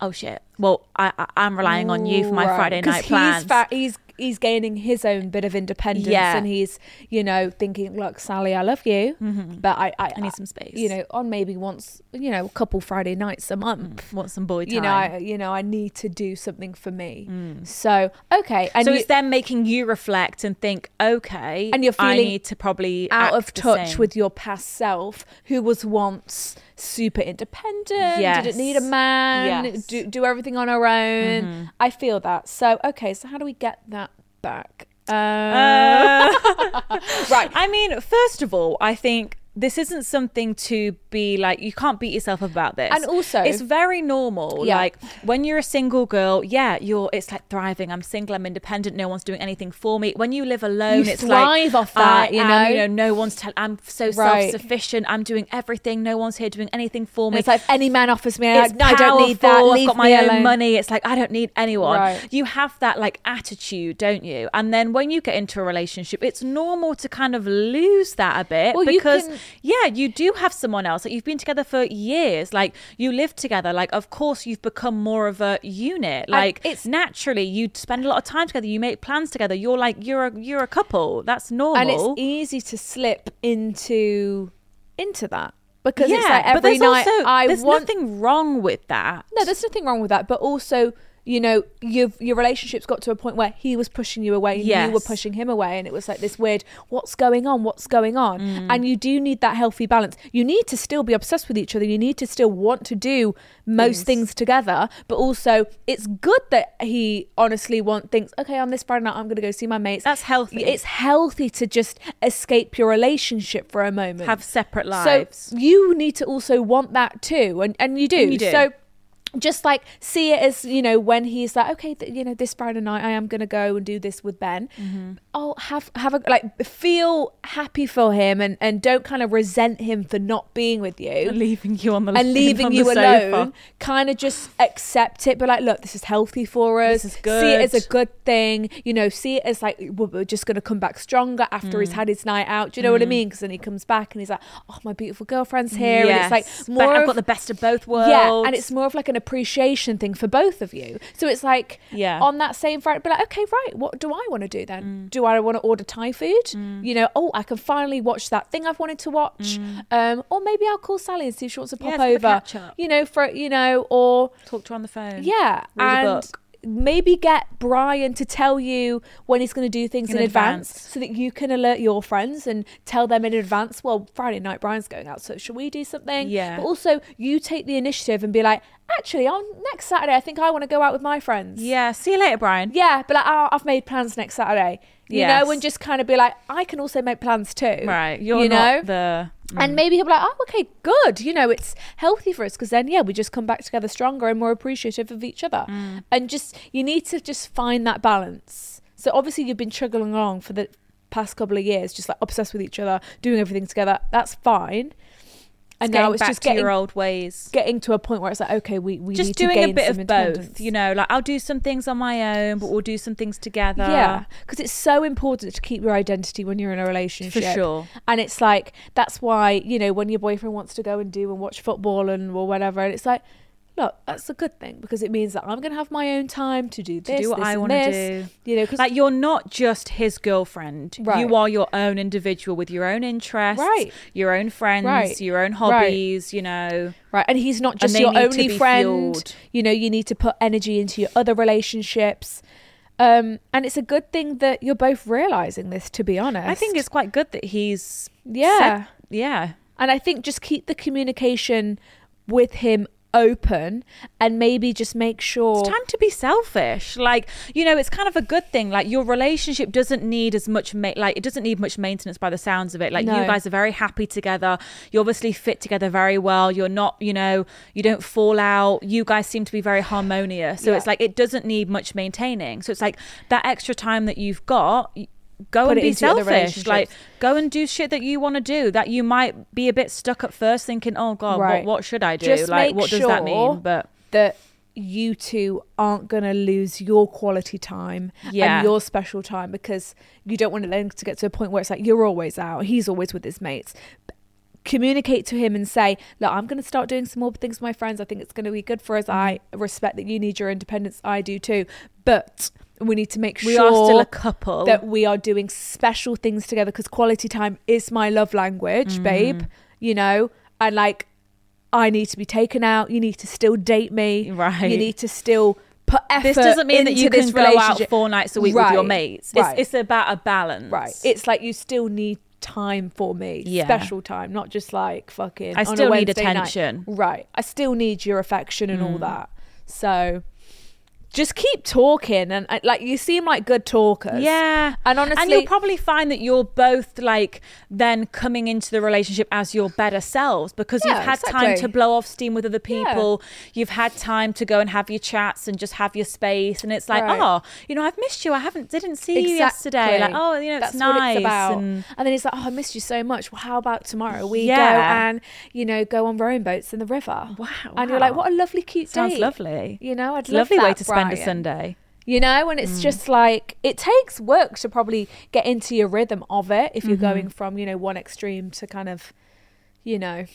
[SPEAKER 3] Oh shit. Well, I, I, I'm relying on you for my
[SPEAKER 2] Right.
[SPEAKER 3] Friday
[SPEAKER 2] 'Cause
[SPEAKER 3] night plans.
[SPEAKER 2] He's, fa- he's he's gaining his own bit of independence,
[SPEAKER 3] Yeah.
[SPEAKER 2] and he's you know thinking, look, Sally, I love you, but I, I
[SPEAKER 3] Mm-hmm. I need some space.
[SPEAKER 2] You know, on maybe once, you know, a couple Friday nights a month.
[SPEAKER 3] Want some boy
[SPEAKER 2] You
[SPEAKER 3] Mm. time. Mm.
[SPEAKER 2] know, I, you know, I need to do something for me. So okay, and
[SPEAKER 3] so
[SPEAKER 2] you-
[SPEAKER 3] it's then making you reflect and think, okay,
[SPEAKER 2] And you're
[SPEAKER 3] I
[SPEAKER 2] feeling
[SPEAKER 3] need to probably
[SPEAKER 2] out
[SPEAKER 3] act
[SPEAKER 2] of
[SPEAKER 3] the
[SPEAKER 2] touch
[SPEAKER 3] same.
[SPEAKER 2] with your past self who was once super independent
[SPEAKER 3] Yes.
[SPEAKER 2] didn't need a man
[SPEAKER 3] Yes. Mm-hmm.
[SPEAKER 2] do, do everything on her own i feel that so okay so how do we get that back uh,
[SPEAKER 3] Uh,
[SPEAKER 2] right
[SPEAKER 3] I mean, first of all, I think this isn't something to be like you can't beat yourself up about this
[SPEAKER 2] And also-
[SPEAKER 3] it's very normal
[SPEAKER 2] Yeah.
[SPEAKER 3] like when you're a single girl yeah you're it's like thriving i'm single i'm independent no one's doing anything for me when you live alone it's
[SPEAKER 2] thrive
[SPEAKER 3] like
[SPEAKER 2] off that,
[SPEAKER 3] I
[SPEAKER 2] you
[SPEAKER 3] am,
[SPEAKER 2] know?
[SPEAKER 3] no one's tell i'm so
[SPEAKER 2] Right.
[SPEAKER 3] self-sufficient i'm doing everything no one's here doing anything for me
[SPEAKER 2] And it's like if any man offers me,
[SPEAKER 3] it's
[SPEAKER 2] I, no, I don't need that.
[SPEAKER 3] powerful,
[SPEAKER 2] Leave
[SPEAKER 3] I've got
[SPEAKER 2] me
[SPEAKER 3] my own
[SPEAKER 2] alone.
[SPEAKER 3] money. It's like I don't need anyone.
[SPEAKER 2] Right.
[SPEAKER 3] You have that like attitude, don't you? And then when you get into a relationship, it's normal to kind of lose that a bit
[SPEAKER 2] Well, you
[SPEAKER 3] because
[SPEAKER 2] can-
[SPEAKER 3] yeah, you do have someone else. Like you've been together for years. Like you live together. Like of course you've become more of a unit. Like
[SPEAKER 2] it's-
[SPEAKER 3] it's naturally you spend a lot of time together. You make plans together. You're like you're a you're a couple. That's normal.
[SPEAKER 2] And it's easy to slip into into that because
[SPEAKER 3] yeah,
[SPEAKER 2] it's like
[SPEAKER 3] but
[SPEAKER 2] every
[SPEAKER 3] there's
[SPEAKER 2] night
[SPEAKER 3] also
[SPEAKER 2] I
[SPEAKER 3] there's
[SPEAKER 2] want
[SPEAKER 3] nothing wrong with that.
[SPEAKER 2] No, there's nothing wrong with that. But also, you know, you've, your relationship's got to a point where he was pushing you away and you were
[SPEAKER 3] Yes.
[SPEAKER 2] pushing him away. And it was like this weird, what's going on? What's going on?
[SPEAKER 3] Mm.
[SPEAKER 2] And you do need that healthy balance. You need to still be obsessed with each other. You need to still want to do most things together. But also, it's good that he honestly want thinks, okay, on this Friday night, I'm going to go see my mates.
[SPEAKER 3] That's healthy.
[SPEAKER 2] It's healthy to just escape your relationship for a moment.
[SPEAKER 3] Have separate lives.
[SPEAKER 2] So you need to also want that too. And, and you do.
[SPEAKER 3] And you do.
[SPEAKER 2] So just like see it as you know when he's like okay th- you know this friday night i am going to go and do this with ben
[SPEAKER 3] Mm-hmm.
[SPEAKER 2] oh have have a like feel happy for him and and don't kind of resent him for not being with you
[SPEAKER 3] leaving you on the
[SPEAKER 2] and leaving
[SPEAKER 3] on
[SPEAKER 2] you
[SPEAKER 3] the sofa.
[SPEAKER 2] alone kind of just accept it but like look this is healthy for us
[SPEAKER 3] This is
[SPEAKER 2] see it as a
[SPEAKER 3] good.
[SPEAKER 2] good thing you know see it as like we're we're just going to come back stronger after
[SPEAKER 3] Mm.
[SPEAKER 2] he's had his night out do you know what i mean because then he comes back and he's like oh my beautiful girlfriend's here and it's
[SPEAKER 3] Yes.
[SPEAKER 2] like more
[SPEAKER 3] But I've
[SPEAKER 2] of-
[SPEAKER 3] got the best of both worlds.
[SPEAKER 2] yeah, and it's more of like an appreciation thing for both of you. So it's like
[SPEAKER 3] Yeah. Mm.
[SPEAKER 2] on that same Friday, be like, okay, right, what do I want to do then? Do I want to order Thai food? You know, oh, I can finally watch that thing I've wanted to watch. Um, or maybe I'll call Sally and see if she wants to
[SPEAKER 3] Yeah,
[SPEAKER 2] pop
[SPEAKER 3] it's Mm. a bit
[SPEAKER 2] over.
[SPEAKER 3] catch up.
[SPEAKER 2] You know, for you know, or
[SPEAKER 3] talk to her on the phone.
[SPEAKER 2] yeah,
[SPEAKER 3] Read a
[SPEAKER 2] and
[SPEAKER 3] book.
[SPEAKER 2] maybe get Brian to tell you when he's going to do things in,
[SPEAKER 3] In
[SPEAKER 2] advance,
[SPEAKER 3] advance.
[SPEAKER 2] so that you can alert your friends and tell them in advance. Well, Friday night Brian's going out, so should we do something?
[SPEAKER 3] Yeah.
[SPEAKER 2] But also, you take the initiative and be like, actually, on next Saturday, I think I want to go out with my friends.
[SPEAKER 3] Yeah. See you later, Brian.
[SPEAKER 2] Yeah, but like, oh, I've made plans next Saturday. You know,
[SPEAKER 3] Yes.
[SPEAKER 2] and just kind of be like, I can also make plans too.
[SPEAKER 3] Right. You're
[SPEAKER 2] you
[SPEAKER 3] not
[SPEAKER 2] know?
[SPEAKER 3] the.
[SPEAKER 2] And maybe he'll be like, oh, okay, good. You know, it's healthy for us because then, yeah, we just come back together stronger and more appreciative of each other.
[SPEAKER 3] Mm.
[SPEAKER 2] And just, you need to just find that balance. So obviously, you've been chugging along for the past couple of years, just like obsessed with each other, doing everything together. That's fine. And now
[SPEAKER 3] getting
[SPEAKER 2] it's
[SPEAKER 3] back
[SPEAKER 2] just
[SPEAKER 3] to your
[SPEAKER 2] getting,
[SPEAKER 3] old ways.
[SPEAKER 2] getting to a point where it's like, okay, we, we
[SPEAKER 3] Just
[SPEAKER 2] need
[SPEAKER 3] doing
[SPEAKER 2] to
[SPEAKER 3] a
[SPEAKER 2] gain
[SPEAKER 3] bit
[SPEAKER 2] some
[SPEAKER 3] of both.
[SPEAKER 2] independence.
[SPEAKER 3] You know, like I'll do some things on my own, but we'll do some things together.
[SPEAKER 2] Yeah, because it's so important to keep your identity when you're in a relationship.
[SPEAKER 3] sure.
[SPEAKER 2] And it's like that's why you know when your boyfriend wants to go and do and watch football and or whatever, and it's like, look, that's a good thing because it means that I'm going to have my own time to do
[SPEAKER 3] To
[SPEAKER 2] this,
[SPEAKER 3] do what
[SPEAKER 2] this
[SPEAKER 3] I
[SPEAKER 2] and
[SPEAKER 3] want to do.
[SPEAKER 2] this, You know, because
[SPEAKER 3] like you're not just his girlfriend.
[SPEAKER 2] Right.
[SPEAKER 3] You are your own individual with your own interests,
[SPEAKER 2] Right.
[SPEAKER 3] your own friends,
[SPEAKER 2] Right.
[SPEAKER 3] your own
[SPEAKER 2] Right.
[SPEAKER 3] hobbies, you know.
[SPEAKER 2] Right. And he's not just
[SPEAKER 3] they
[SPEAKER 2] your
[SPEAKER 3] need to
[SPEAKER 2] only
[SPEAKER 3] be
[SPEAKER 2] friend.
[SPEAKER 3] fueled.
[SPEAKER 2] You know, you need to put energy into your other relationships. Um, and it's a good thing that you're both realizing this, to be honest.
[SPEAKER 3] I think it's quite good that he's
[SPEAKER 2] Yeah.
[SPEAKER 3] said- yeah.
[SPEAKER 2] And I think just keep the communication with him open and maybe just make sure.
[SPEAKER 3] It's time to be selfish. Like, you know, it's kind of a good thing. Like, your relationship doesn't need as much, ma- like, it doesn't need much maintenance by the sounds of it. Like,
[SPEAKER 2] No.
[SPEAKER 3] you guys are very happy together. You obviously fit together very well. You're not, you know, you don't fall out. You guys seem to be very harmonious. So
[SPEAKER 2] Yeah.
[SPEAKER 3] it's like, it doesn't need much maintaining. So it's like that extra time that you've got. y- Go
[SPEAKER 2] Put
[SPEAKER 3] and
[SPEAKER 2] it
[SPEAKER 3] be
[SPEAKER 2] into other
[SPEAKER 3] selfish. Like,
[SPEAKER 2] relationships.
[SPEAKER 3] go and do shit that you want to do. That you might be a bit stuck at first, thinking, "Oh God,
[SPEAKER 2] Right.
[SPEAKER 3] what, what should I do?
[SPEAKER 2] Just
[SPEAKER 3] like,
[SPEAKER 2] make
[SPEAKER 3] what does
[SPEAKER 2] sure
[SPEAKER 3] that mean?" But
[SPEAKER 2] that you two aren't going to lose your quality time
[SPEAKER 3] Yeah.
[SPEAKER 2] and your special time because you don't want it then to get to a point where it's like you're always out, he's always with his mates. Communicate to him and say, Look, I'm going to start doing some more things with my friends. I think it's going to be good for us.
[SPEAKER 3] Mm.
[SPEAKER 2] I respect that you need your independence. I do too. But we need to make
[SPEAKER 3] We
[SPEAKER 2] sure
[SPEAKER 3] are still a couple.
[SPEAKER 2] that we are doing special things together because quality time is my love language,
[SPEAKER 3] Mm-hmm.
[SPEAKER 2] babe. You know, and like I need to be taken out. You need to still date me.
[SPEAKER 3] Right.
[SPEAKER 2] You need to still put effort.
[SPEAKER 3] this doesn't mean that
[SPEAKER 2] into
[SPEAKER 3] you
[SPEAKER 2] this
[SPEAKER 3] can go out
[SPEAKER 2] relationship.
[SPEAKER 3] four nights a week with your
[SPEAKER 2] Right,
[SPEAKER 3] mates.
[SPEAKER 2] right.
[SPEAKER 3] It's, it's about a balance.
[SPEAKER 2] right. It's like you still need time for me.
[SPEAKER 3] Yeah.
[SPEAKER 2] Special time, not just like fucking.
[SPEAKER 3] I
[SPEAKER 2] on a
[SPEAKER 3] still need Mm.
[SPEAKER 2] Wednesday night.
[SPEAKER 3] attention.
[SPEAKER 2] Right. I still need your affection and all that. So just keep talking and I- like you seem like good talkers.
[SPEAKER 3] Yeah.
[SPEAKER 2] And
[SPEAKER 3] And you'll
[SPEAKER 2] honestly-
[SPEAKER 3] probably find that you're both like then coming into the relationship as your better selves because
[SPEAKER 2] Yeah,
[SPEAKER 3] you've had time
[SPEAKER 2] exactly.
[SPEAKER 3] to blow off steam with other people. You've had time to go and have your chats and just have your space. And it's like,
[SPEAKER 2] Right.
[SPEAKER 3] oh, you know, I've missed you. I haven't didn't see you yesterday. Like,
[SPEAKER 2] Exactly.
[SPEAKER 3] oh, you know, it's
[SPEAKER 2] That's
[SPEAKER 3] nice.
[SPEAKER 2] What it's about.
[SPEAKER 3] And
[SPEAKER 2] And, then he's like, "Oh, I missed you so much. Well, how about tomorrow we go
[SPEAKER 3] Yeah.
[SPEAKER 2] and you know go on rowing boats in the river?"
[SPEAKER 3] Wow,
[SPEAKER 2] And you're
[SPEAKER 3] wow.
[SPEAKER 2] like, "What a lovely, cute
[SPEAKER 3] sounds
[SPEAKER 2] date."
[SPEAKER 3] lovely.
[SPEAKER 2] You know, I'd
[SPEAKER 3] It's a lovely
[SPEAKER 2] love
[SPEAKER 3] way
[SPEAKER 2] that,
[SPEAKER 3] to spend a
[SPEAKER 2] Brian.
[SPEAKER 3] Sunday. Mm.
[SPEAKER 2] You know, and it's just like it takes work to probably get into your rhythm of it if you're
[SPEAKER 3] Mm-hmm.
[SPEAKER 2] going from you know one extreme to kind of, you know,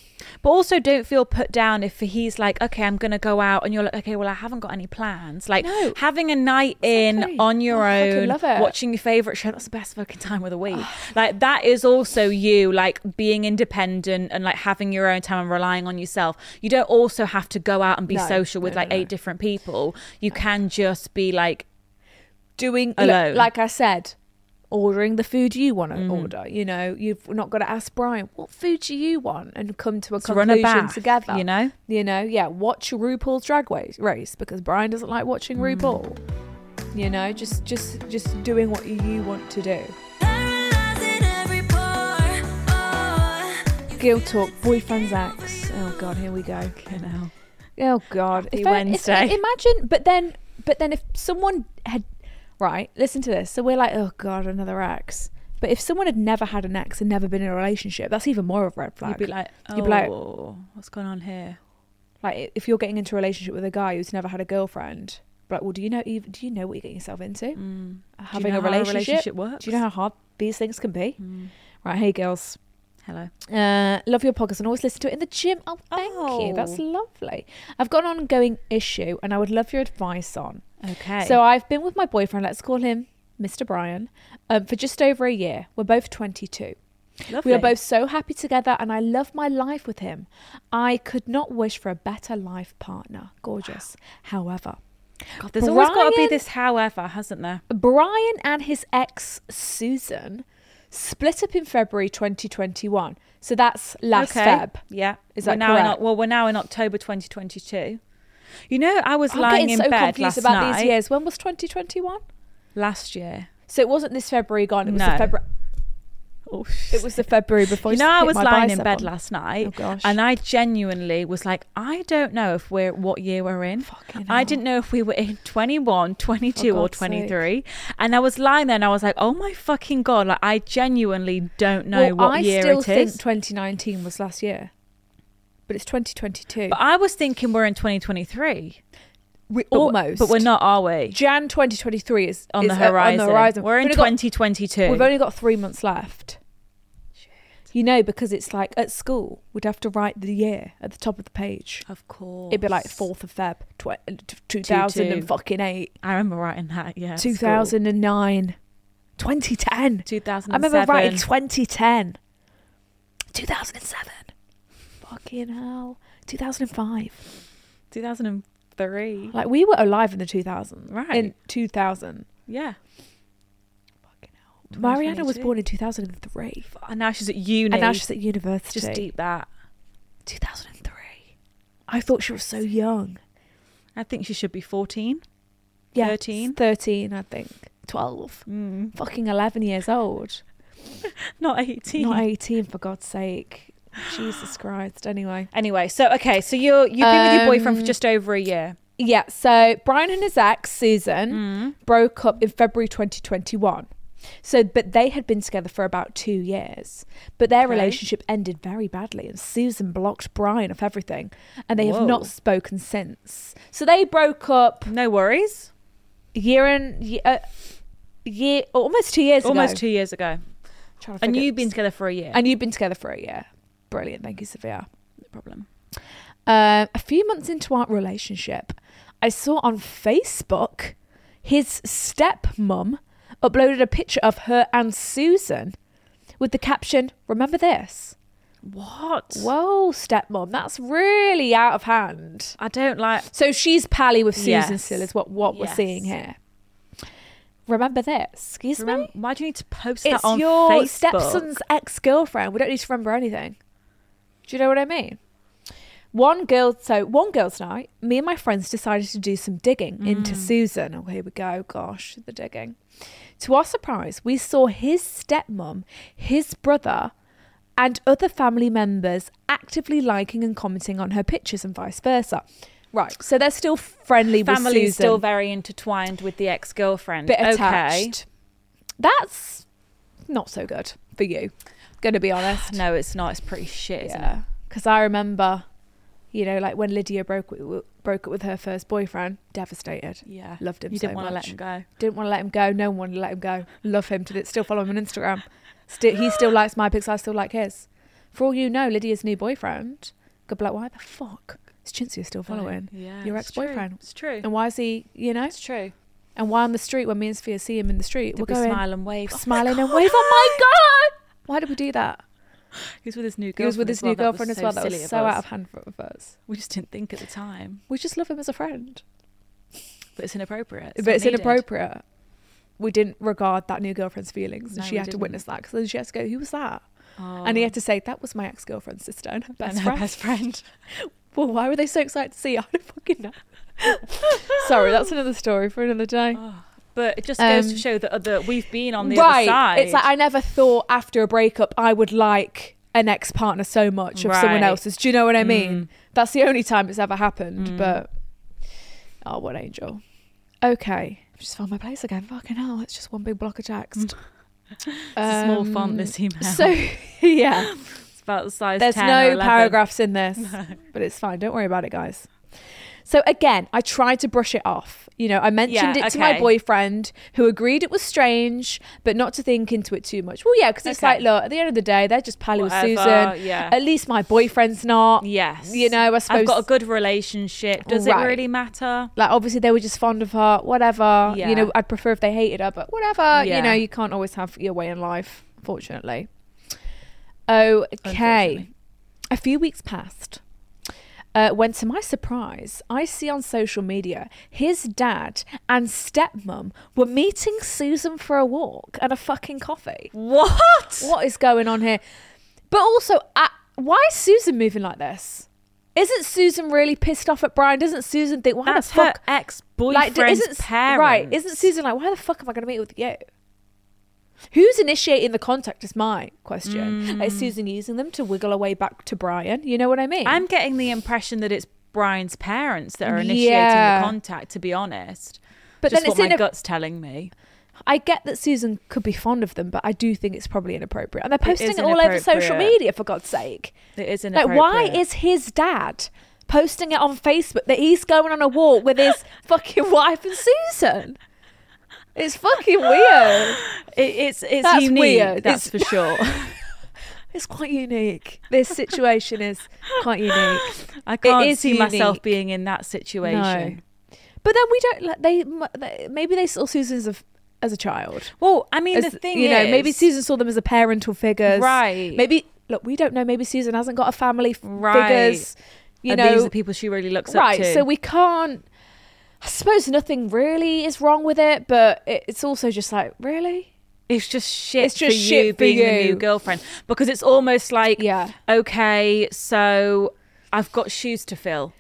[SPEAKER 3] But also, don't feel put down if he's like, okay, I'm going to go out, and you're like, okay, well, I haven't got any plans. Like
[SPEAKER 2] No.
[SPEAKER 3] having a night in
[SPEAKER 2] Exactly.
[SPEAKER 3] on your
[SPEAKER 2] I fucking
[SPEAKER 3] own,
[SPEAKER 2] love it.
[SPEAKER 3] watching your favorite show. That's the best fucking time of the week. like that is also you, like being independent and like having your own time and relying on yourself. You don't also have to go out and be
[SPEAKER 2] No.
[SPEAKER 3] social with
[SPEAKER 2] No,
[SPEAKER 3] like
[SPEAKER 2] no, no.
[SPEAKER 3] eight different people. You can just be like,
[SPEAKER 2] doing li-
[SPEAKER 3] Alone. Mm.
[SPEAKER 2] like I said, ordering the food you want to order. You know, you've not got to ask Brian what food do you want and come to a
[SPEAKER 3] To run a
[SPEAKER 2] conclusion
[SPEAKER 3] bath,
[SPEAKER 2] together.
[SPEAKER 3] you know?
[SPEAKER 2] you know, yeah. Watch RuPaul's Drag wa- Race because Brian doesn't like watching
[SPEAKER 3] Mm.
[SPEAKER 2] RuPaul. You know, just just just doing what you want to do.
[SPEAKER 1] Paralyzing every pore. Oh.
[SPEAKER 2] Girl talk, boyfriend's ex. Oh God, here we go.
[SPEAKER 3] you know,
[SPEAKER 2] Oh God,
[SPEAKER 3] Happy
[SPEAKER 2] If I- if-
[SPEAKER 3] Wednesday.
[SPEAKER 2] imagine, but then, but then, if someone had, right, listen to this. So we're like, oh God, another ex. But if someone had never had an ex and never been in a relationship, that's even more of a red flag.
[SPEAKER 3] you'd be like, oh,
[SPEAKER 2] You'd be like-
[SPEAKER 3] what's going on here?
[SPEAKER 2] like if you're getting into a relationship with a guy who's never had a girlfriend, but well, do you know? ev- Do you know what you're getting yourself into?
[SPEAKER 3] Mm.
[SPEAKER 2] Having
[SPEAKER 3] know
[SPEAKER 2] a
[SPEAKER 3] how a
[SPEAKER 2] relationship.
[SPEAKER 3] relationship works? Mm.
[SPEAKER 2] Do you know how hard these things can be? Right, hey girls,
[SPEAKER 3] Hello.
[SPEAKER 2] Uh, love your podcast and always listen to it in the gym. Oh, thank you. That's lovely. I've got an ongoing issue and I would love your advice on.
[SPEAKER 3] Okay.
[SPEAKER 2] So I've been with my boyfriend, let's call him Mr. Brian, um, for just over a year. We're both 22.
[SPEAKER 3] Lovely.
[SPEAKER 2] We are both so happy together and I love my life with him. I could not wish for a better life partner. Gorgeous. However,
[SPEAKER 3] God, there's always got to be
[SPEAKER 2] Brian-
[SPEAKER 3] this, however, hasn't there?
[SPEAKER 2] Brian and his ex Susan split up in February 2021. So that's last Feb.
[SPEAKER 3] Yeah.
[SPEAKER 2] Is
[SPEAKER 3] we're
[SPEAKER 2] that
[SPEAKER 3] now in
[SPEAKER 2] correct?
[SPEAKER 3] Oc- well, we're now in October 2022. You know, I was
[SPEAKER 2] I'm
[SPEAKER 3] lying
[SPEAKER 2] getting
[SPEAKER 3] in
[SPEAKER 2] so
[SPEAKER 3] bed
[SPEAKER 2] confused
[SPEAKER 3] last
[SPEAKER 2] about
[SPEAKER 3] night.
[SPEAKER 2] these years. When was 2021?
[SPEAKER 3] Last year.
[SPEAKER 2] So it wasn't this February gone. It was
[SPEAKER 3] No.
[SPEAKER 2] the February.
[SPEAKER 3] Oh,
[SPEAKER 2] It was the February before.
[SPEAKER 3] you
[SPEAKER 2] just
[SPEAKER 3] know, I
[SPEAKER 2] hit
[SPEAKER 3] was
[SPEAKER 2] my
[SPEAKER 3] lying in
[SPEAKER 2] bicep
[SPEAKER 3] bed
[SPEAKER 2] on.
[SPEAKER 3] last night,
[SPEAKER 2] Oh, gosh.
[SPEAKER 3] and I genuinely was like, I don't know if we're what year we're in.
[SPEAKER 2] Fucking
[SPEAKER 3] I
[SPEAKER 2] hell.
[SPEAKER 3] didn't know if we were in 21, 22,
[SPEAKER 2] For
[SPEAKER 3] or
[SPEAKER 2] God's sake.
[SPEAKER 3] 23. And I was lying there, and I was like, oh my fucking god! Like, I genuinely don't know
[SPEAKER 2] well,
[SPEAKER 3] what
[SPEAKER 2] I
[SPEAKER 3] year
[SPEAKER 2] still
[SPEAKER 3] it
[SPEAKER 2] think
[SPEAKER 3] is.
[SPEAKER 2] 2019 was last year, but it's 2022.
[SPEAKER 3] But I was thinking we're in 2023.
[SPEAKER 2] we
[SPEAKER 3] But we're-
[SPEAKER 2] almost,
[SPEAKER 3] but we're not, are we?
[SPEAKER 2] Jan 2023 is
[SPEAKER 3] on
[SPEAKER 2] is,
[SPEAKER 3] the
[SPEAKER 2] uh,
[SPEAKER 3] horizon.
[SPEAKER 2] On the horizon.
[SPEAKER 3] We're in
[SPEAKER 2] We've only got-
[SPEAKER 3] 2022.
[SPEAKER 2] We've only got three months left. You know, because it's like at school, we'd have to write the year at the top of the page.
[SPEAKER 3] of course.
[SPEAKER 2] It'd be like 4th of Feb, tw- 2000
[SPEAKER 3] two.
[SPEAKER 2] and fucking 8.
[SPEAKER 3] I remember writing that. Yeah. at school.
[SPEAKER 2] 2009 2010 i
[SPEAKER 3] 2007.
[SPEAKER 2] remember writing 2010 2007 fucking hell 2005
[SPEAKER 3] 2003.
[SPEAKER 2] like we were alive in the 2000s
[SPEAKER 3] Right.
[SPEAKER 2] in 2000
[SPEAKER 3] Yeah.
[SPEAKER 2] mariana was
[SPEAKER 3] 2022.
[SPEAKER 2] born in 2003
[SPEAKER 3] And now she's at uni.
[SPEAKER 2] and now she's at university
[SPEAKER 3] just deep that.
[SPEAKER 2] 2003 i thought she was so young
[SPEAKER 3] I think she should be 14.
[SPEAKER 2] yeah
[SPEAKER 3] 13?
[SPEAKER 2] 13 i think 12
[SPEAKER 3] Hmm.
[SPEAKER 2] fucking 11 years old
[SPEAKER 3] Not 18.
[SPEAKER 2] not 18 for god's sake jesus christ anyway
[SPEAKER 3] Anyway, so okay, so you're you've been with your boyfriend for
[SPEAKER 2] Um,
[SPEAKER 3] just over a year.
[SPEAKER 2] Yeah, so Brian and his ex, Susan,
[SPEAKER 3] Mm.
[SPEAKER 2] broke up in February 2021. So, but they had been together for about two years. But their relationship ended very badly, and Susan blocked Brian of everything, and they have
[SPEAKER 3] Whoa.
[SPEAKER 2] not spoken since. So they broke up
[SPEAKER 3] No worries.
[SPEAKER 2] year and year, uh, year almost two years
[SPEAKER 3] Almost
[SPEAKER 2] ago.
[SPEAKER 3] two years ago,
[SPEAKER 2] Trying to
[SPEAKER 3] and
[SPEAKER 2] figure-
[SPEAKER 3] you've been together for a year.
[SPEAKER 2] and you've been together for a year. Brilliant, thank you, Sophia.
[SPEAKER 3] no problem.
[SPEAKER 2] Uh, a few months into our relationship, I saw on Facebook his stepmom uploaded a picture of her and Susan with the caption, Remember this?
[SPEAKER 3] What?
[SPEAKER 2] Whoa, stepmom, that's really out of hand.
[SPEAKER 3] I don't like.
[SPEAKER 2] So she's pally with Susan
[SPEAKER 3] Yes.
[SPEAKER 2] still, is what, what we're
[SPEAKER 3] Yes.
[SPEAKER 2] seeing here. Remember this? Excuse
[SPEAKER 3] Remem-
[SPEAKER 2] me?
[SPEAKER 3] why do you need to post
[SPEAKER 2] It's
[SPEAKER 3] that on
[SPEAKER 2] your
[SPEAKER 3] Facebook?
[SPEAKER 2] stepson's ex girlfriend. We don't need to remember anything. Do you know what I mean? One girl, so one girls' night, me and my friends decided to do some digging
[SPEAKER 3] Mm.
[SPEAKER 2] into Susan. Oh, here we go. Gosh, the digging. To our surprise, we saw his stepmom, his brother, and other family members actively liking and commenting on her pictures and vice versa. Right, so they're still friendly with Susan.
[SPEAKER 3] Family's still very intertwined with the ex girlfriend.
[SPEAKER 2] bit
[SPEAKER 3] okay.
[SPEAKER 2] attached. That's not so good for you. Gonna be honest.
[SPEAKER 3] No, it's not. It's pretty shit, isn't
[SPEAKER 2] Yeah, because I remember, you know, like when Lydia broke wi- broke up with her first boyfriend, devastated.
[SPEAKER 3] it? Yeah.
[SPEAKER 2] Loved him
[SPEAKER 3] You
[SPEAKER 2] so
[SPEAKER 3] didn't want to let
[SPEAKER 2] much.
[SPEAKER 3] him go.
[SPEAKER 2] Didn't want to let him go. No one wanted to let him go. Love him. Did it still follow him on Instagram? Still, he still likes my pics. I still like his. For all you know, Lydia's new boyfriend could be like, "Why the fuck is Chintzy still following
[SPEAKER 3] Yeah.
[SPEAKER 2] your
[SPEAKER 3] it's true.
[SPEAKER 2] ex-boyfriend?
[SPEAKER 3] It's true.
[SPEAKER 2] And why is he? You know?
[SPEAKER 3] It's true.
[SPEAKER 2] And why on the street when me and Sophia see him in the street,
[SPEAKER 3] Did
[SPEAKER 2] we're
[SPEAKER 3] we
[SPEAKER 2] going
[SPEAKER 3] smile and wave?
[SPEAKER 2] smiling and wave. Oh my god! Why did we do that?
[SPEAKER 3] He's with his new girlfriend.
[SPEAKER 2] He was with his
[SPEAKER 3] as well.
[SPEAKER 2] new
[SPEAKER 3] That was
[SPEAKER 2] girlfriend as
[SPEAKER 3] so
[SPEAKER 2] well. That
[SPEAKER 3] silly
[SPEAKER 2] was so
[SPEAKER 3] us.
[SPEAKER 2] out of hand for of us.
[SPEAKER 3] We just didn't think at the time,
[SPEAKER 2] We just love him as a friend,
[SPEAKER 3] but it's inappropriate.
[SPEAKER 2] but
[SPEAKER 3] not
[SPEAKER 2] it's
[SPEAKER 3] needed.
[SPEAKER 2] inappropriate. We didn't regard that new girlfriend's feelings, and
[SPEAKER 3] No,
[SPEAKER 2] she
[SPEAKER 3] we
[SPEAKER 2] had to
[SPEAKER 3] didn't.
[SPEAKER 2] witness that because then she had to go, "Who was that?"
[SPEAKER 3] Oh.
[SPEAKER 2] And he had to say, "That was my ex-girlfriend's sister and her best
[SPEAKER 3] and her
[SPEAKER 2] friend."
[SPEAKER 3] best friend.
[SPEAKER 2] Well, why were they so excited to see? her? I don't fucking know. Sorry, that's another story for another day.
[SPEAKER 3] But it just goes
[SPEAKER 2] Um,
[SPEAKER 3] to show that other we've been on the
[SPEAKER 2] right?
[SPEAKER 3] other side.
[SPEAKER 2] It's like I never thought after a breakup I would like an ex-partner so much of someone
[SPEAKER 3] Right.
[SPEAKER 2] else's. Do you know what I mean?
[SPEAKER 3] Mm.
[SPEAKER 2] That's the only time it's ever happened,
[SPEAKER 3] Mm.
[SPEAKER 2] but oh, what angel. Okay. I've just found my place again. Fucking hell, it's just one big block of text.
[SPEAKER 3] it's a small font.
[SPEAKER 2] Um,
[SPEAKER 3] This email.
[SPEAKER 2] So, yeah,
[SPEAKER 3] it's about the size.
[SPEAKER 2] there's
[SPEAKER 3] 10 or
[SPEAKER 2] no
[SPEAKER 3] 11.
[SPEAKER 2] paragraphs in this, but it's fine. Don't worry about it, guys. So, again, I tried to brush it off. You know, I mentioned
[SPEAKER 3] Yeah,
[SPEAKER 2] it to my
[SPEAKER 3] okay.
[SPEAKER 2] boyfriend who agreed it was strange, but not to think into it too much. Well, yeah, because it's
[SPEAKER 3] Okay.
[SPEAKER 2] like, look, at the end of the day, they're just pally
[SPEAKER 3] Whatever,
[SPEAKER 2] with Susan.
[SPEAKER 3] yeah.
[SPEAKER 2] At least my boyfriend's not.
[SPEAKER 3] Yes.
[SPEAKER 2] You know, I
[SPEAKER 3] I've
[SPEAKER 2] suppose-
[SPEAKER 3] got a good relationship. Does
[SPEAKER 2] Right.
[SPEAKER 3] it really matter?
[SPEAKER 2] like obviously they were just fond of her whatever
[SPEAKER 3] Yeah.
[SPEAKER 2] you know i'd prefer if they hated her but whatever you
[SPEAKER 3] Yeah.
[SPEAKER 2] know you can't always have your way in life fortunately okay
[SPEAKER 3] Unfortunately.
[SPEAKER 2] a few weeks passed uh, when to my surprise i see on social media his dad and stepmom were meeting susan for a walk and a fucking coffee
[SPEAKER 3] What?
[SPEAKER 2] what is going on here but also uh, why is susan moving like this isn't Susan really pissed off at Brian? Doesn't Susan think, "Why
[SPEAKER 3] That's
[SPEAKER 2] the fuck
[SPEAKER 3] her ex
[SPEAKER 2] like,
[SPEAKER 3] boyfriend's
[SPEAKER 2] d- isn't
[SPEAKER 3] parents.
[SPEAKER 2] right? Isn't Susan like, why the fuck am I going to meet with you? Who's initiating the contact is my question. Like,
[SPEAKER 3] Mm.
[SPEAKER 2] Is Susan using them to wiggle her way back to Brian? You know what I mean?
[SPEAKER 3] I'm getting the impression that it's Brian's parents that are initiating
[SPEAKER 2] Yeah.
[SPEAKER 3] the contact. To be honest,
[SPEAKER 2] but
[SPEAKER 3] just
[SPEAKER 2] then it's
[SPEAKER 3] what
[SPEAKER 2] in.
[SPEAKER 3] my
[SPEAKER 2] A,
[SPEAKER 3] gut's telling me.
[SPEAKER 2] I get that Susan could be fond of them, but I do think it's probably inappropriate. And they're posting it,
[SPEAKER 3] is
[SPEAKER 2] all over social
[SPEAKER 3] inappropriate.
[SPEAKER 2] media for God's sake.
[SPEAKER 3] It is
[SPEAKER 2] Like,
[SPEAKER 3] inappropriate.
[SPEAKER 2] why is his dad posting it on Facebook that he's going on a walk with his fucking wife and Susan? It's fucking weird.
[SPEAKER 3] it, it's it's
[SPEAKER 2] That's
[SPEAKER 3] unique?
[SPEAKER 2] weird.
[SPEAKER 3] That's
[SPEAKER 2] It's-
[SPEAKER 3] for sure.
[SPEAKER 2] It's quite unique. This situation is quite unique.
[SPEAKER 3] I can't
[SPEAKER 2] is
[SPEAKER 3] see myself
[SPEAKER 2] unique.
[SPEAKER 3] being in that situation.
[SPEAKER 2] But then we don't. like, They mu- they- maybe they saw Susan as a, as a child.
[SPEAKER 3] Well, I mean,
[SPEAKER 2] As-
[SPEAKER 3] the thing
[SPEAKER 2] you
[SPEAKER 3] is,
[SPEAKER 2] know, maybe Susan saw them as a parental figures.
[SPEAKER 3] Right.
[SPEAKER 2] Maybe look, we don't know. Maybe Susan hasn't got a family f-
[SPEAKER 3] Right.
[SPEAKER 2] figures. You
[SPEAKER 3] and
[SPEAKER 2] know,
[SPEAKER 3] these are the people she really looks
[SPEAKER 2] right?
[SPEAKER 3] up to.
[SPEAKER 2] So we can't. I suppose nothing really is wrong with it, but it, it's also just like really.
[SPEAKER 3] it's just shit.
[SPEAKER 2] It's just
[SPEAKER 3] for you
[SPEAKER 2] shit for
[SPEAKER 3] being the
[SPEAKER 2] you.
[SPEAKER 3] new girlfriend because it's almost like
[SPEAKER 2] Yeah.
[SPEAKER 3] okay, so I've got shoes to fill.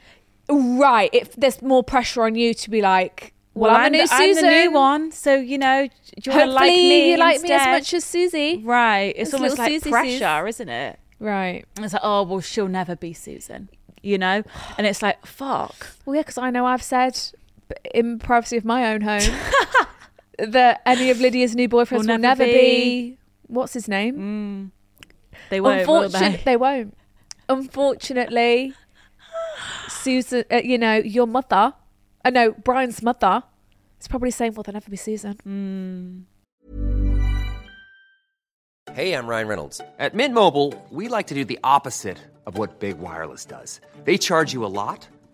[SPEAKER 2] Right. If there's more pressure on you to be like, well, I'm, a new
[SPEAKER 3] the,
[SPEAKER 2] Susan.
[SPEAKER 3] I'm the new one, so you know, do you want to
[SPEAKER 2] Hopefully,
[SPEAKER 3] like me?
[SPEAKER 2] you like me as
[SPEAKER 3] instead?
[SPEAKER 2] much as Susie.
[SPEAKER 3] Right, it's
[SPEAKER 2] It's
[SPEAKER 3] almost
[SPEAKER 2] little
[SPEAKER 3] like
[SPEAKER 2] Susie
[SPEAKER 3] pressure,
[SPEAKER 2] Sus.
[SPEAKER 3] isn't it?
[SPEAKER 2] Right.
[SPEAKER 3] And it's like, oh well, she'll never be Susan, you know. And it's like, fuck.
[SPEAKER 2] Well, yeah, because I know I've said b- in privacy of my own home that any of Lydia's new boyfriends will,
[SPEAKER 3] Will
[SPEAKER 2] never
[SPEAKER 3] never
[SPEAKER 2] be.
[SPEAKER 3] be. Mm,
[SPEAKER 2] what's his name.
[SPEAKER 3] They won't, will
[SPEAKER 2] Unfortun-
[SPEAKER 3] they?
[SPEAKER 2] they won't. Unfortunately, Susan, uh, you know your mother. I uh, know Brian's mother is probably saying, "Well, they'll never be Susan."
[SPEAKER 3] Mm.
[SPEAKER 5] Hey, I'm Ryan Reynolds. At Mint Mobile, we like to do the opposite of what Big Wireless does. They charge you a lot,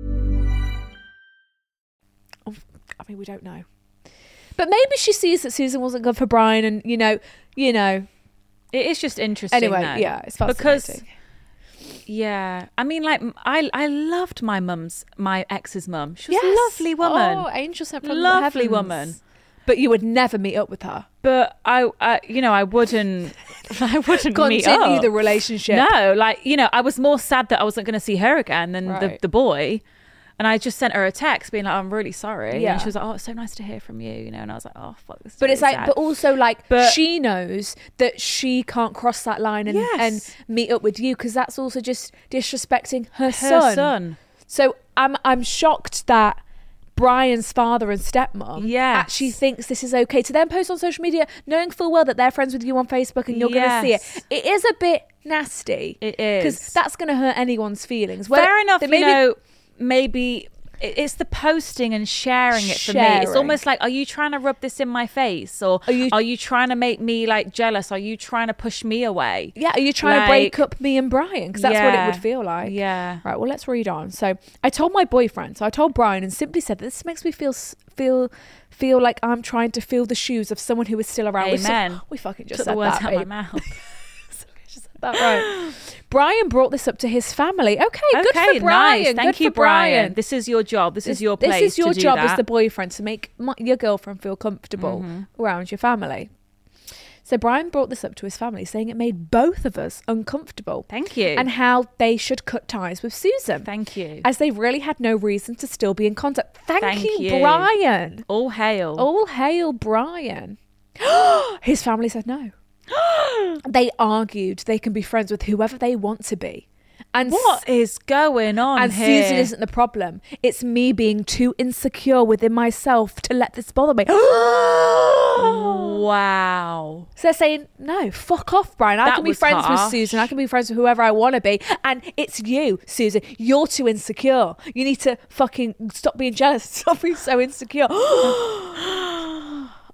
[SPEAKER 2] Um, I mean, we don't know. But maybe she sees that Susan wasn't good for Brian, and you know, you know.
[SPEAKER 3] It is just interesting.
[SPEAKER 2] Anyway,
[SPEAKER 3] though,
[SPEAKER 2] yeah, it's
[SPEAKER 3] because
[SPEAKER 2] fascinating.
[SPEAKER 3] yeah, I mean, like m- I I loved my mum's my ex's mum. She was
[SPEAKER 2] Yes.
[SPEAKER 3] a lovely woman,
[SPEAKER 2] oh, angel sent from the
[SPEAKER 3] lovely
[SPEAKER 2] heavens.
[SPEAKER 3] woman.
[SPEAKER 2] But you would never meet up with her.
[SPEAKER 3] But I, I you know, I wouldn't I wouldn't meet
[SPEAKER 2] Continue
[SPEAKER 3] up.
[SPEAKER 2] the relationship.
[SPEAKER 3] No, like you know, I was more sad that I wasn't going to see her again than the
[SPEAKER 2] Right.
[SPEAKER 3] the boy. And I just sent her a text being like, "I'm really sorry."
[SPEAKER 2] Yeah.
[SPEAKER 3] And she was like, "Oh, it's so nice to hear from you," you know. And I was like, "Oh, fuck this." is
[SPEAKER 2] But it's
[SPEAKER 3] really
[SPEAKER 2] like,
[SPEAKER 3] sad."
[SPEAKER 2] but also like,
[SPEAKER 3] But-
[SPEAKER 2] she knows that she can't cross that line and,
[SPEAKER 3] Yes.
[SPEAKER 2] and meet up with you because that's also just disrespecting her,
[SPEAKER 3] her son.
[SPEAKER 2] So I'm I'm shocked that Brian's father and stepmom
[SPEAKER 3] Yes.
[SPEAKER 2] actually thinks this is okay to then post on social media, knowing full well that they're friends with you on Facebook and you're going to see
[SPEAKER 3] Yes.
[SPEAKER 2] it. It is a bit nasty.
[SPEAKER 3] It
[SPEAKER 2] because
[SPEAKER 3] is.
[SPEAKER 2] that's going to hurt anyone's feelings.
[SPEAKER 3] Fair enough.
[SPEAKER 2] they
[SPEAKER 3] you know, maybe it- it's the posting and sharing it for me. It's
[SPEAKER 2] Sharing.
[SPEAKER 3] almost like, are you trying to rub this in my face, or
[SPEAKER 2] Are you-
[SPEAKER 3] are you trying to make me like jealous? Are you trying to push me away?
[SPEAKER 2] Yeah, are you trying to break
[SPEAKER 3] Like-
[SPEAKER 2] up me and Brian? Because that's what it
[SPEAKER 3] Yeah.
[SPEAKER 2] would feel like.
[SPEAKER 3] Yeah.
[SPEAKER 2] Right. Well, let's read on. So I told my boyfriend. So I told Brian and simply said, "This makes me feel s- feel feel like I'm trying to fill the shoes of someone who is still around." We,
[SPEAKER 3] Amen.
[SPEAKER 2] we fucking just
[SPEAKER 3] Took
[SPEAKER 2] said
[SPEAKER 3] the words
[SPEAKER 2] that.
[SPEAKER 3] out of my
[SPEAKER 2] babe.
[SPEAKER 3] mouth.
[SPEAKER 2] Just said that right. Brian brought this up to his family. Okay. good for Brian.
[SPEAKER 3] nice. Thank
[SPEAKER 2] good
[SPEAKER 3] you,
[SPEAKER 2] for Brian.
[SPEAKER 3] Brian. This is your job. This,
[SPEAKER 2] This-
[SPEAKER 3] is your place.
[SPEAKER 2] This is your
[SPEAKER 3] to do
[SPEAKER 2] job as
[SPEAKER 3] that.
[SPEAKER 2] the boyfriend to make my, your girlfriend feel comfortable
[SPEAKER 3] Mm-hmm.
[SPEAKER 2] around your family. So Brian brought this up to his family, saying it made both of us uncomfortable.
[SPEAKER 3] Thank you.
[SPEAKER 2] And how they should cut ties with Susan.
[SPEAKER 3] Thank you.
[SPEAKER 2] As they really had no reason to still be in contact. Thank,
[SPEAKER 3] Thank
[SPEAKER 2] you,
[SPEAKER 3] you.
[SPEAKER 2] Brian.
[SPEAKER 3] All hail.
[SPEAKER 2] All hail Brian. his family said no. they argued they can be friends with whoever they want to be. And
[SPEAKER 3] What is going on
[SPEAKER 2] and
[SPEAKER 3] here?
[SPEAKER 2] Susan isn't the problem. It's me being too insecure within myself to let this bother me. so
[SPEAKER 3] Wow.
[SPEAKER 2] they're saying, no, fuck off, Brian. I
[SPEAKER 3] That
[SPEAKER 2] can be
[SPEAKER 3] was
[SPEAKER 2] friends with
[SPEAKER 3] harsh.
[SPEAKER 2] Susan. I can be friends with whoever I want to be. And it's you, Susan. You're too insecure. You need to fucking stop being jealous. Stop being so insecure.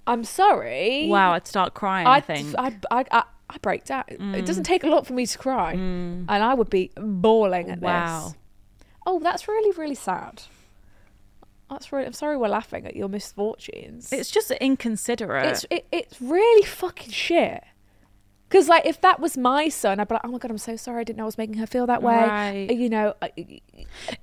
[SPEAKER 2] I'm sorry.
[SPEAKER 3] Wow. I'd start crying. I,
[SPEAKER 2] I'd-
[SPEAKER 3] think. Mm.
[SPEAKER 2] I'd, I'd, i I break down. It doesn't take a lot for me to cry. And I would be bawling at this.
[SPEAKER 3] wow.
[SPEAKER 2] Oh, that's really, really sad. That's really. I'm sorry we're laughing at your misfortunes.
[SPEAKER 3] It's just inconsiderate.
[SPEAKER 2] it's it, it's really fucking shit. Because like, if that was my son, I'd be like, oh my god, I'm so sorry. I didn't know I was making her feel that way. Uh,
[SPEAKER 3] Right.
[SPEAKER 2] You know, I-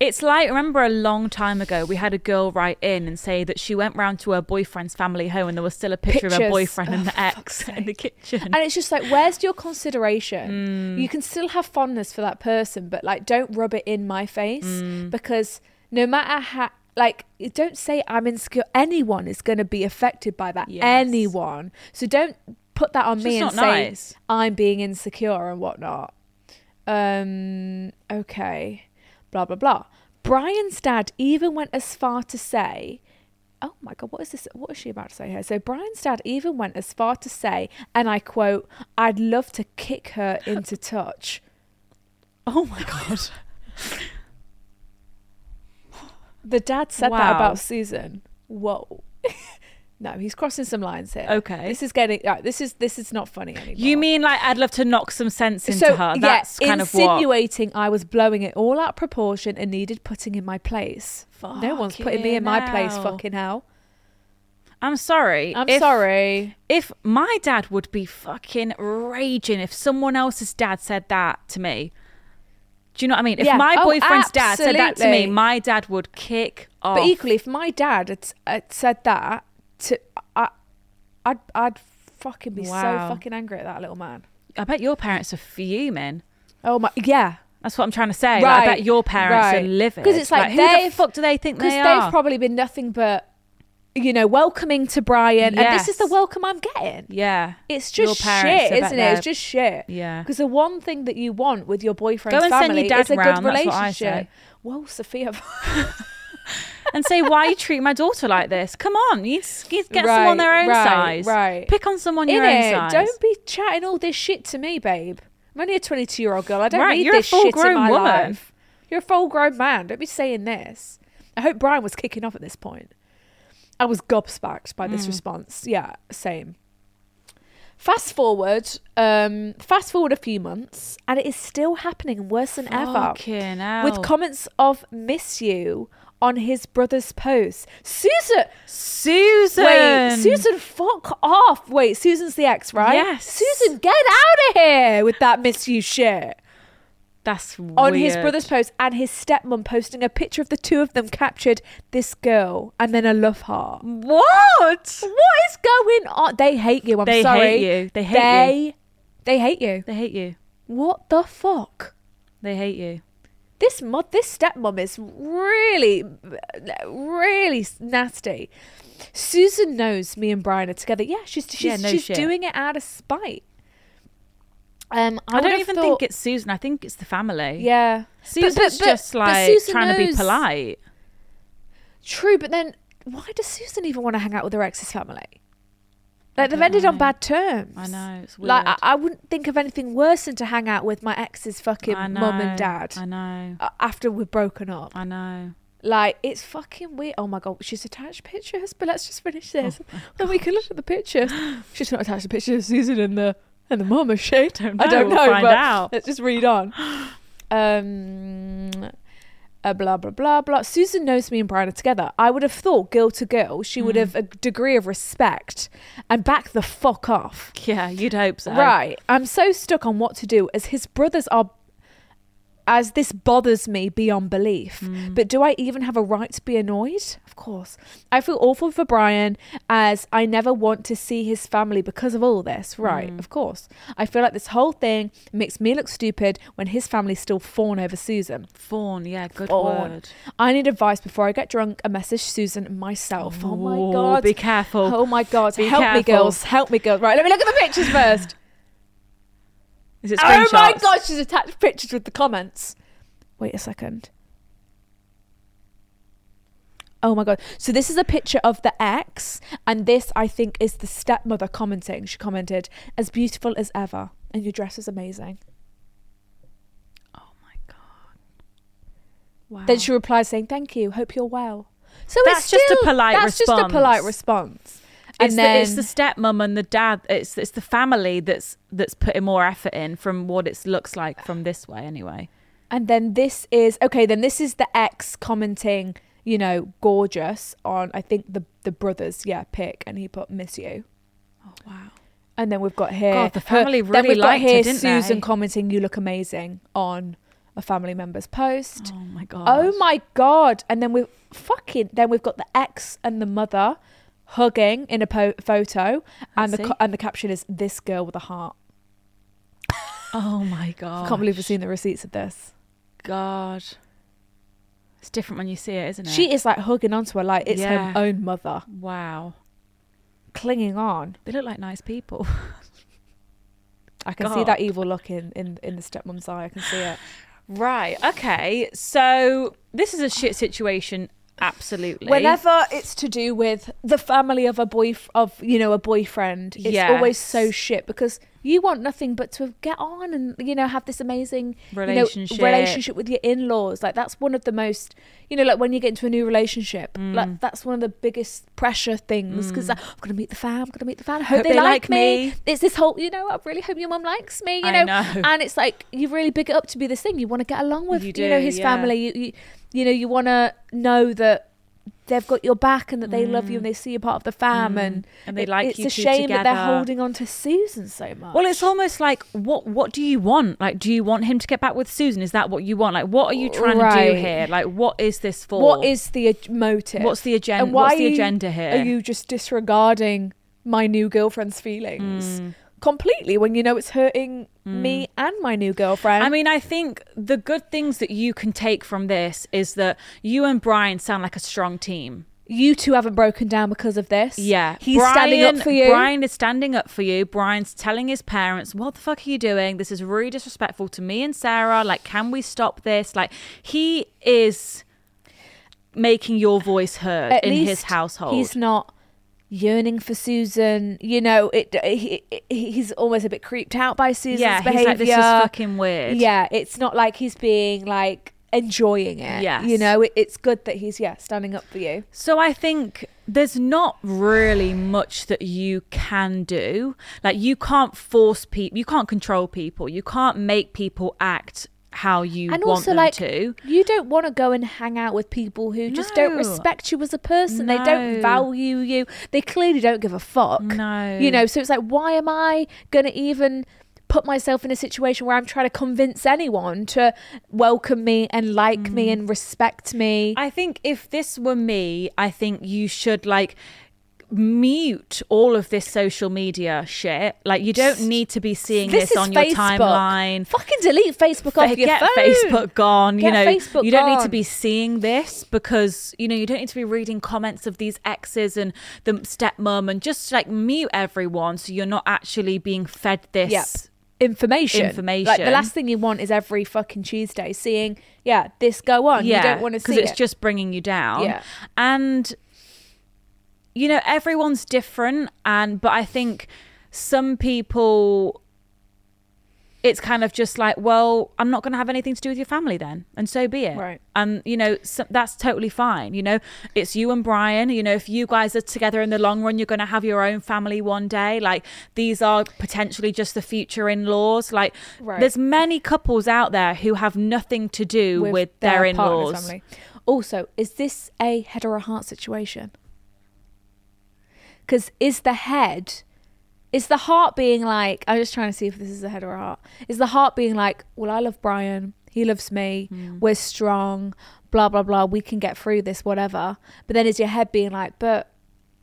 [SPEAKER 3] It's like remember a long time ago we had a girl write in and say that she went round to her boyfriend's family home and there was still a picture of her
[SPEAKER 2] Pictures.
[SPEAKER 3] boyfriend
[SPEAKER 2] Oh,
[SPEAKER 3] and the
[SPEAKER 2] for fuck's
[SPEAKER 3] ex in the kitchen. Hmm.
[SPEAKER 2] and it's just like, where's your consideration? You can still have fondness for that person, but like, don't rub it in my face
[SPEAKER 3] Hmm.
[SPEAKER 2] because no matter how. Like, you don't say I'm insecure. Anyone is going to be affected by that.
[SPEAKER 3] Yes.
[SPEAKER 2] Anyone. So don't put that on
[SPEAKER 3] It's
[SPEAKER 2] me and
[SPEAKER 3] just not
[SPEAKER 2] say
[SPEAKER 3] nice.
[SPEAKER 2] I'm being insecure and whatnot. Um. Okay. Blah blah blah. Brian's dad even went as far to say Oh my God, what is this? What is she about to say here? So Brian's dad even went as far to say, and I quote, I'd love to kick her into touch.
[SPEAKER 3] oh my god.
[SPEAKER 2] The dad said that
[SPEAKER 3] Wow.
[SPEAKER 2] about Susan. Whoa. no, he's crossing some lines here.
[SPEAKER 3] Okay.
[SPEAKER 2] This is getting, right, this is, this is not funny anymore.
[SPEAKER 3] You mean like I'd love to knock some sense into her?
[SPEAKER 2] yeah,
[SPEAKER 3] That's kind of what.
[SPEAKER 2] insinuating I was blowing it all out of proportion and needed putting in my place. no one's putting me in my place,
[SPEAKER 3] Fucking hell.
[SPEAKER 2] fucking hell.
[SPEAKER 3] I'm sorry.
[SPEAKER 2] I'm
[SPEAKER 3] If-
[SPEAKER 2] sorry.
[SPEAKER 3] If my dad would be fucking raging if someone else's dad said that to me. Do you know what I mean? If
[SPEAKER 2] Yeah.
[SPEAKER 3] my
[SPEAKER 2] Oh,
[SPEAKER 3] boyfriend's dad said that to me,
[SPEAKER 2] absolutely.
[SPEAKER 3] my dad would kick off.
[SPEAKER 2] But equally, if my dad had, had said that to, I, I'd, I'd fucking be
[SPEAKER 3] Wow.
[SPEAKER 2] so fucking angry at that little man.
[SPEAKER 3] I bet your parents are fuming.
[SPEAKER 2] Oh my, yeah.
[SPEAKER 3] That's what I'm trying to say. Like, I bet your parents are living.
[SPEAKER 2] because it's like,
[SPEAKER 3] who the
[SPEAKER 2] they've-
[SPEAKER 3] fuck do they think
[SPEAKER 2] 'cause
[SPEAKER 3] they are?
[SPEAKER 2] They've probably been nothing but, you know, welcoming to Brian, and this is the
[SPEAKER 3] Yes.
[SPEAKER 2] welcome I'm getting.
[SPEAKER 3] yeah,
[SPEAKER 2] It's
[SPEAKER 3] Your
[SPEAKER 2] just
[SPEAKER 3] parents, I
[SPEAKER 2] shit,
[SPEAKER 3] bet
[SPEAKER 2] isn't it? It's
[SPEAKER 3] they're-
[SPEAKER 2] just shit.
[SPEAKER 3] Yeah.
[SPEAKER 2] Because the one thing that you want with your boyfriend's
[SPEAKER 3] Go and send
[SPEAKER 2] family
[SPEAKER 3] your dad
[SPEAKER 2] is a
[SPEAKER 3] round,
[SPEAKER 2] good
[SPEAKER 3] that's what I
[SPEAKER 2] relationship.
[SPEAKER 3] say.
[SPEAKER 2] Whoa, Sophia.
[SPEAKER 3] and say, why you treat my daughter like this? Come on, you s- you get
[SPEAKER 2] Right,
[SPEAKER 3] someone their own
[SPEAKER 2] right,
[SPEAKER 3] size.
[SPEAKER 2] right.
[SPEAKER 3] Pick on someone your own
[SPEAKER 2] Innit?
[SPEAKER 3] size.
[SPEAKER 2] Don't be chatting all this shit to me, babe. I'm only a 22 year old girl. I don't
[SPEAKER 3] Right,
[SPEAKER 2] need
[SPEAKER 3] you're a
[SPEAKER 2] this shit in
[SPEAKER 3] full-grown
[SPEAKER 2] my
[SPEAKER 3] woman.
[SPEAKER 2] life. You're a full grown man. Don't be saying this. I hope Brian was kicking off at this point. I was gobsmacked by
[SPEAKER 3] Hmm.
[SPEAKER 2] this response. Yeah, same. Fast forward, um, fast forward a few months, and it is still happening worse than ever.
[SPEAKER 3] Fucking hell.
[SPEAKER 2] With comments of "miss you" on his brother's post, Susan.
[SPEAKER 3] Susan.
[SPEAKER 2] Wait, Susan, fuck off. Wait, Susan's the ex, right?
[SPEAKER 3] Yes.
[SPEAKER 2] Susan, get out of here with that miss you shit.
[SPEAKER 3] That's weird.
[SPEAKER 2] On his brother's post and his stepmom posting a picture of the two of them captured this girl and then a love heart.
[SPEAKER 3] What?
[SPEAKER 2] What is going on? They hate you. I'm
[SPEAKER 3] They hate
[SPEAKER 2] sorry.
[SPEAKER 3] you. They hate
[SPEAKER 2] they, They hate you.
[SPEAKER 3] They hate you.
[SPEAKER 2] What the fuck?
[SPEAKER 3] They hate you.
[SPEAKER 2] this mo- this stepmom is really really nasty susan knows me and brian are together yeah she's she's,
[SPEAKER 3] Yeah, no
[SPEAKER 2] she's
[SPEAKER 3] shit.
[SPEAKER 2] doing it out of spite um i,
[SPEAKER 3] I,
[SPEAKER 2] would
[SPEAKER 3] don't
[SPEAKER 2] have
[SPEAKER 3] even
[SPEAKER 2] thought-
[SPEAKER 3] think it's Susan. I think it's the family.
[SPEAKER 2] yeah But-
[SPEAKER 3] Susan's
[SPEAKER 2] but-
[SPEAKER 3] just
[SPEAKER 2] but
[SPEAKER 3] like
[SPEAKER 2] Susan
[SPEAKER 3] trying to be
[SPEAKER 2] knows-
[SPEAKER 3] polite.
[SPEAKER 2] true but then why does susan even want to hang out with her ex's family like they've ended on bad terms
[SPEAKER 3] I know, it's
[SPEAKER 2] like I,
[SPEAKER 3] weird.
[SPEAKER 2] I wouldn't think of anything worse than to hang out with my ex's fucking
[SPEAKER 3] I know.
[SPEAKER 2] mum and dad
[SPEAKER 3] I know.
[SPEAKER 2] a- after we've broken up
[SPEAKER 3] I know.
[SPEAKER 2] Like it's fucking weird. Oh my god, she's attached pictures, but let's just finish this.
[SPEAKER 3] Oh
[SPEAKER 2] then we can look at the pictures. She's not attached the pictures of Susan and the and the mama shade.
[SPEAKER 3] Don't
[SPEAKER 2] I don't
[SPEAKER 3] know.
[SPEAKER 2] know.
[SPEAKER 3] We'll find
[SPEAKER 2] but
[SPEAKER 3] out.
[SPEAKER 2] Let's just read on. Um uh, blah blah blah blah. Susan knows me and Brian are together. I would have thought girl to girl, she
[SPEAKER 3] Hmm.
[SPEAKER 2] would have a degree of respect and back the fuck off.
[SPEAKER 3] Yeah, you'd hope so.
[SPEAKER 2] Right. I'm so stuck on what to do as his brothers are as this bothers me beyond belief.
[SPEAKER 3] Mm.
[SPEAKER 2] But do I even have a right to be annoyed? Of course. I feel awful for Brian as I never want to see his family because of all this. Right,
[SPEAKER 3] Mm.
[SPEAKER 2] of course. I feel like this whole thing makes me look stupid when his family still fawn over Susan.
[SPEAKER 3] Fawn. Yeah, good
[SPEAKER 2] Fawn.
[SPEAKER 3] word.
[SPEAKER 2] I need advice before I get drunk and message Susan myself. Oh
[SPEAKER 3] Ooh,
[SPEAKER 2] my god.
[SPEAKER 3] Be careful.
[SPEAKER 2] Oh my god.
[SPEAKER 3] Be
[SPEAKER 2] Help me
[SPEAKER 3] careful.
[SPEAKER 2] girls. Help me girls. Right, let me look at the pictures first.
[SPEAKER 3] Is it
[SPEAKER 2] Oh my
[SPEAKER 3] screenshots?
[SPEAKER 2] god, she's attached pictures with the comments. Wait a second. Oh my god. So this is a picture of the ex, and this I think is the stepmother commenting. She commented, as beautiful as ever, and your dress is amazing.
[SPEAKER 3] Oh Wow.
[SPEAKER 2] Then she replies saying, Thank you, hope you're well. So
[SPEAKER 3] That's
[SPEAKER 2] it's
[SPEAKER 3] just a
[SPEAKER 2] still-
[SPEAKER 3] polite
[SPEAKER 2] that's just a
[SPEAKER 3] response.
[SPEAKER 2] polite response. And
[SPEAKER 3] it's,
[SPEAKER 2] then
[SPEAKER 3] the, it's the stepmom and the dad. It's it's the family that's that's putting more effort in from what it looks like from this way anyway.
[SPEAKER 2] And then this is okay. Then this is the ex commenting, you know, gorgeous on I think the the brothers, yeah, pick, and he put miss you. Oh wow. And then we've got here.
[SPEAKER 3] God, the family
[SPEAKER 2] her,
[SPEAKER 3] really
[SPEAKER 2] then we've got
[SPEAKER 3] liked her,
[SPEAKER 2] here
[SPEAKER 3] didn't
[SPEAKER 2] Susan
[SPEAKER 3] they?
[SPEAKER 2] commenting, "You look amazing" on a family member's post.
[SPEAKER 3] Oh my god.
[SPEAKER 2] Oh my god! And then we fucking then we've got the ex and the mother hugging in a po- photo, and the
[SPEAKER 3] see.
[SPEAKER 2] co- and the caption is "This girl with a heart."
[SPEAKER 3] Oh my god.
[SPEAKER 2] Can't believe we've seen the receipts of this.
[SPEAKER 3] God. It's different when you see it, isn't it?
[SPEAKER 2] She is like hugging onto her like it's
[SPEAKER 3] Yeah.
[SPEAKER 2] her own mother,
[SPEAKER 3] Wow.
[SPEAKER 2] clinging on.
[SPEAKER 3] They look like nice people.
[SPEAKER 2] I can see that
[SPEAKER 3] God.
[SPEAKER 2] evil look in, in in the stepmom's eye. I can see it.
[SPEAKER 3] Right. Okay. So this is a shit situation. Absolutely.
[SPEAKER 2] Whenever it's to do with the family of a boy of you know a boyfriend, it's
[SPEAKER 3] Yes.
[SPEAKER 2] always so shit because you want nothing but to get on and you know have this amazing you know,
[SPEAKER 3] Relationship.
[SPEAKER 2] relationship with your in-laws. Like that's one of the most you know like when you get into a new relationship,
[SPEAKER 3] Mm.
[SPEAKER 2] like that's one of the biggest pressure things because I'm gonna meet the fam, I'm gonna meet the fam. I hope, they, like me. It's this whole you know I really hope your mum likes me. You
[SPEAKER 3] I know.
[SPEAKER 2] know and it's like you really big it up to be this thing you want to get along with
[SPEAKER 3] You
[SPEAKER 2] you,
[SPEAKER 3] do,
[SPEAKER 2] know his
[SPEAKER 3] yeah.
[SPEAKER 2] family you, you you know you want to know that they've got your back and that they love you and they see you part of the fam and,
[SPEAKER 3] Mm. And they like
[SPEAKER 2] it's
[SPEAKER 3] you
[SPEAKER 2] a
[SPEAKER 3] two
[SPEAKER 2] shame that they're
[SPEAKER 3] together.
[SPEAKER 2] holding on to susan so much
[SPEAKER 3] Well, it's almost like what what do you want? Like, do you want him to get back with Susan? Is that what you want? Like, what are you trying to
[SPEAKER 2] Uh, Right.
[SPEAKER 3] do here? Like, what is this for?
[SPEAKER 2] what is the ag- motive
[SPEAKER 3] What's the agen-
[SPEAKER 2] and why
[SPEAKER 3] what's the
[SPEAKER 2] are you-
[SPEAKER 3] agenda here?
[SPEAKER 2] are you just disregarding my new girlfriend's feelings
[SPEAKER 3] Mm.
[SPEAKER 2] completely when you know it's hurting me and my new girlfriend
[SPEAKER 3] I mean, I think the good things that you can take from this is that you and Brian sound like a strong team.
[SPEAKER 2] you two haven't broken down because of this
[SPEAKER 3] Yeah,
[SPEAKER 2] he's standing up
[SPEAKER 3] Brian-
[SPEAKER 2] for you
[SPEAKER 3] Brian is standing up for you. Brian's telling his parents, "What the fuck are you doing? This is really disrespectful to me and Sarah. Like, can we stop this?" Like, he is making your voice heard
[SPEAKER 2] At
[SPEAKER 3] uh, in his
[SPEAKER 2] least
[SPEAKER 3] household.
[SPEAKER 2] He's not yearning for Susan. You know, it, uh, he, he- he's almost a bit creeped out by Susan's
[SPEAKER 3] yeah,
[SPEAKER 2] behavior.
[SPEAKER 3] he's like, this is fucking weird.
[SPEAKER 2] Yeah, it's not like he's being like enjoying it.
[SPEAKER 3] Yes.
[SPEAKER 2] you know, it, it's good that he's yeah standing up for you.
[SPEAKER 3] So I think there's not really much that you can do. Like you can't force people, you can't control people, you can't make people act how you
[SPEAKER 2] and
[SPEAKER 3] want
[SPEAKER 2] also,
[SPEAKER 3] them
[SPEAKER 2] like,
[SPEAKER 3] to.
[SPEAKER 2] you don't want to go and hang out with people who just
[SPEAKER 3] No.
[SPEAKER 2] don't respect you as a person. They
[SPEAKER 3] No.
[SPEAKER 2] don't value you. They clearly don't give a fuck.
[SPEAKER 3] No.
[SPEAKER 2] You know, so it's like, why am I going to even put myself in a situation where I'm trying to convince anyone to welcome me and like
[SPEAKER 3] Mm.
[SPEAKER 2] me and respect me?
[SPEAKER 3] I think if this were me, I think you should like mute all of this social media shit. Like you don't need to be seeing this, on your timeline.
[SPEAKER 2] Fucking delete Facebook off your
[SPEAKER 3] Get
[SPEAKER 2] phone.
[SPEAKER 3] Facebook gone. you
[SPEAKER 2] Get
[SPEAKER 3] know,
[SPEAKER 2] Facebook
[SPEAKER 3] you don't need to
[SPEAKER 2] gone.
[SPEAKER 3] be seeing this because you know you don't need to be reading comments of these exes and the stepmom and just like mute everyone so you're not actually being fed this.
[SPEAKER 2] Yep. Information. Like
[SPEAKER 3] Information.
[SPEAKER 2] the last thing you want is every fucking Tuesday seeing, yeah, this go on. you don't want to see
[SPEAKER 3] because it's
[SPEAKER 2] it.
[SPEAKER 3] just bringing you down.
[SPEAKER 2] Yeah.
[SPEAKER 3] and you know everyone's different, and but I think some people. It's kind of just like, well, I'm not going to have anything to do with your family then, and so be it.
[SPEAKER 2] Right.
[SPEAKER 3] And you know so, that's totally fine. You know, it's you and Brian. You know, if you guys are together in the long run, you're going to have your own family one day. Like these are potentially just the future in-laws. Like
[SPEAKER 2] Right.
[SPEAKER 3] there's many couples out there who have nothing to do with, their,
[SPEAKER 2] partner's
[SPEAKER 3] in-laws.
[SPEAKER 2] family. Also, is this a head or a heart situation? Because is the head, is the heart being like, I'm just trying to see if this is a head or a heart. Is the heart being like, well, I love Brian, he loves me,
[SPEAKER 3] Hmm.
[SPEAKER 2] we're strong, blah, blah, blah, we can get through this, whatever. But then is your head being like, but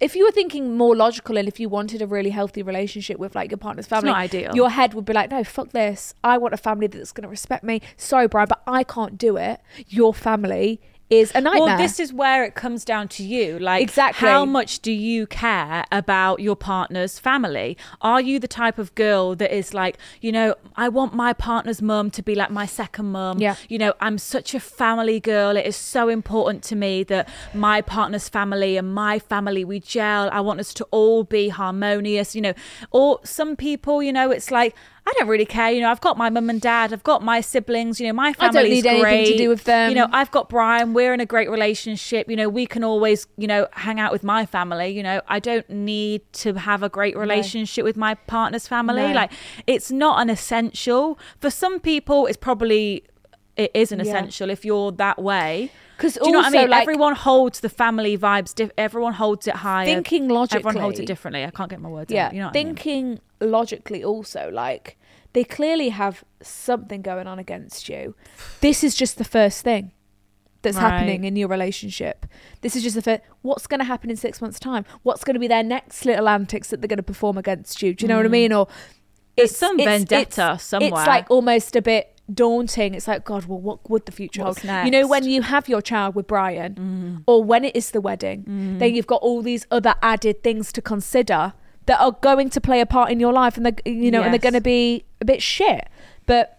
[SPEAKER 2] if you were thinking more logical and if you wanted a really healthy relationship with like your partner's family,
[SPEAKER 3] not ideal.
[SPEAKER 2] your head would be like, no, fuck this. I want a family that's going to respect me. Sorry, Brian, but I can't do it. Your family is a nightmare.
[SPEAKER 3] Well, this is where it comes down to you. Like,
[SPEAKER 2] Exactly.
[SPEAKER 3] how much do you care about your partner's family? Are you the type of girl that is like, you know, I want my partner's mum to be like my second mum?
[SPEAKER 2] Yeah.
[SPEAKER 3] You know, I'm such a family girl. It is so important to me that my partner's family and my family, we gel. I want us to all be harmonious, you know. Or some people, you know, it's like, I don't really care. You know, I've got my mum and dad, I've got my siblings, you know, my
[SPEAKER 2] I don't
[SPEAKER 3] family's
[SPEAKER 2] need anything to
[SPEAKER 3] great.
[SPEAKER 2] do with them.
[SPEAKER 3] You know, I've got Brian. We're in a great relationship. You know, we can always, you know, hang out with my family. You know, I don't need to have a great relationship with my partner's family.
[SPEAKER 2] No.
[SPEAKER 3] Like, it's not an essential. For some people, it's probably it is an
[SPEAKER 2] Yeah.
[SPEAKER 3] essential if you're that way.
[SPEAKER 2] 'Cause
[SPEAKER 3] Do you know what I
[SPEAKER 2] also,
[SPEAKER 3] mean?
[SPEAKER 2] like-
[SPEAKER 3] everyone holds the family vibes. Diff- everyone holds it higher.
[SPEAKER 2] Thinking
[SPEAKER 3] Everyone holds
[SPEAKER 2] logically.
[SPEAKER 3] it differently. I can't get my words
[SPEAKER 2] yeah,
[SPEAKER 3] out. You know what I mean?
[SPEAKER 2] thinking logically also, like, they clearly have something going on against you. This is just the first thing that's
[SPEAKER 3] Right.
[SPEAKER 2] happening in your relationship. This is just the first. What's going to happen in six months' time? What's going to be their next little antics that they're going to perform against you? Do you know what I mean? Or
[SPEAKER 3] Mm. There's some vendetta somewhere.
[SPEAKER 2] It's like almost a bit daunting. It's like, God, well, what would the future
[SPEAKER 3] What's
[SPEAKER 2] hold? You know, when
[SPEAKER 3] next?
[SPEAKER 2] you have your child with Brian, or when it is the wedding,
[SPEAKER 3] Mm-hmm.
[SPEAKER 2] then you've got all these other added things to consider that are going to play a part in your life, and they're you know, and
[SPEAKER 3] Yes.
[SPEAKER 2] they're going to be a bit shit. But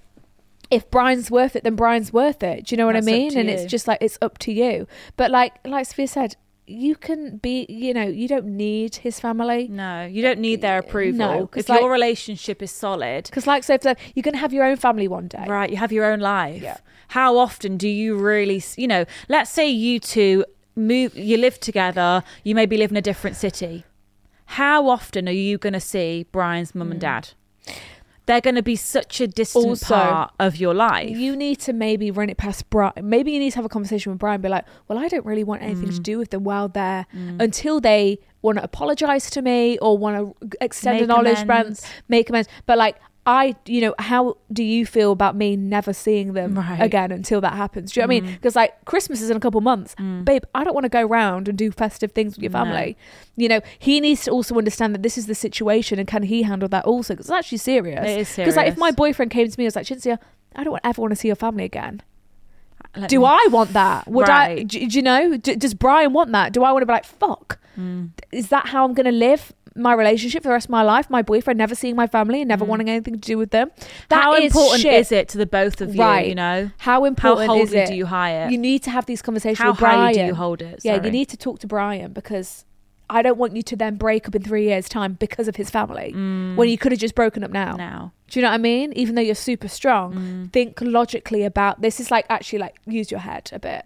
[SPEAKER 2] if Brian's worth it, then Brian's worth it. Do you know what
[SPEAKER 3] That's
[SPEAKER 2] I
[SPEAKER 3] up
[SPEAKER 2] mean?
[SPEAKER 3] to
[SPEAKER 2] And
[SPEAKER 3] you.
[SPEAKER 2] it's just like it's up to you. But like, like Sophia said. You can be, you know, you don't need his family.
[SPEAKER 3] No, you don't need their approval.
[SPEAKER 2] 'cause
[SPEAKER 3] if
[SPEAKER 2] like-
[SPEAKER 3] your relationship is solid,
[SPEAKER 2] Because, like Sophie said, you're going to have your own family one day.
[SPEAKER 3] Right, you have your own life.
[SPEAKER 2] Yeah.
[SPEAKER 3] How often do you really, s- you know, let's say you two move, you live together, you maybe live in a different city. How often are you going to see Brian's mum and dad? They're going to be such a distant
[SPEAKER 2] Hmm. Also,
[SPEAKER 3] part of your life.
[SPEAKER 2] You need to maybe run it past Brian. Maybe you need to have a conversation with Brian. Be like, well, I don't really want anything
[SPEAKER 3] Mm.
[SPEAKER 2] to do with them while they're until they want to apologize to me or want to extend
[SPEAKER 3] Make
[SPEAKER 2] a knowledge brand,
[SPEAKER 3] amends.
[SPEAKER 2] make amends. But like, I, you know, how do you feel about me never seeing them
[SPEAKER 3] Right. Mm.
[SPEAKER 2] again until that happens? Do you know what I mean? Because like Christmas is in a couple months, babe. I don't want to go round and do festive things with your family. You know, he needs to also understand that this is the situation and can he handle that also? Because it's actually serious.
[SPEAKER 3] It is
[SPEAKER 2] Because like, if my
[SPEAKER 3] serious.
[SPEAKER 2] boyfriend came to me and was like, Chintzia, I don't ever want to see your family again.
[SPEAKER 3] Let
[SPEAKER 2] Do
[SPEAKER 3] me-
[SPEAKER 2] I want that? Would I?
[SPEAKER 3] Right. Mm.
[SPEAKER 2] Do, do you know? D- does Brian want that? Do I want to be like, fuck? Is that how I'm going to live my relationship for the rest of my life, my boyfriend never seeing my family and never wanting anything to do with them. That
[SPEAKER 3] How
[SPEAKER 2] is
[SPEAKER 3] important
[SPEAKER 2] shit.
[SPEAKER 3] Mm. is it to the both of you?
[SPEAKER 2] Right.
[SPEAKER 3] You know,
[SPEAKER 2] How important
[SPEAKER 3] How
[SPEAKER 2] is
[SPEAKER 3] wholly
[SPEAKER 2] it?
[SPEAKER 3] do you hire?
[SPEAKER 2] You need to have these conversations
[SPEAKER 3] How
[SPEAKER 2] with Brian.
[SPEAKER 3] highly do you hold it?
[SPEAKER 2] Yeah,
[SPEAKER 3] Sorry.
[SPEAKER 2] you need to talk to Brian because I don't want you to then break up in three years' time because of his family
[SPEAKER 3] Mm.
[SPEAKER 2] when you could have just broken up now.
[SPEAKER 3] now.
[SPEAKER 2] Do you know what I mean? Even though you're super strong,
[SPEAKER 3] Mm.
[SPEAKER 2] think logically about this. Is like actually like use your head a bit.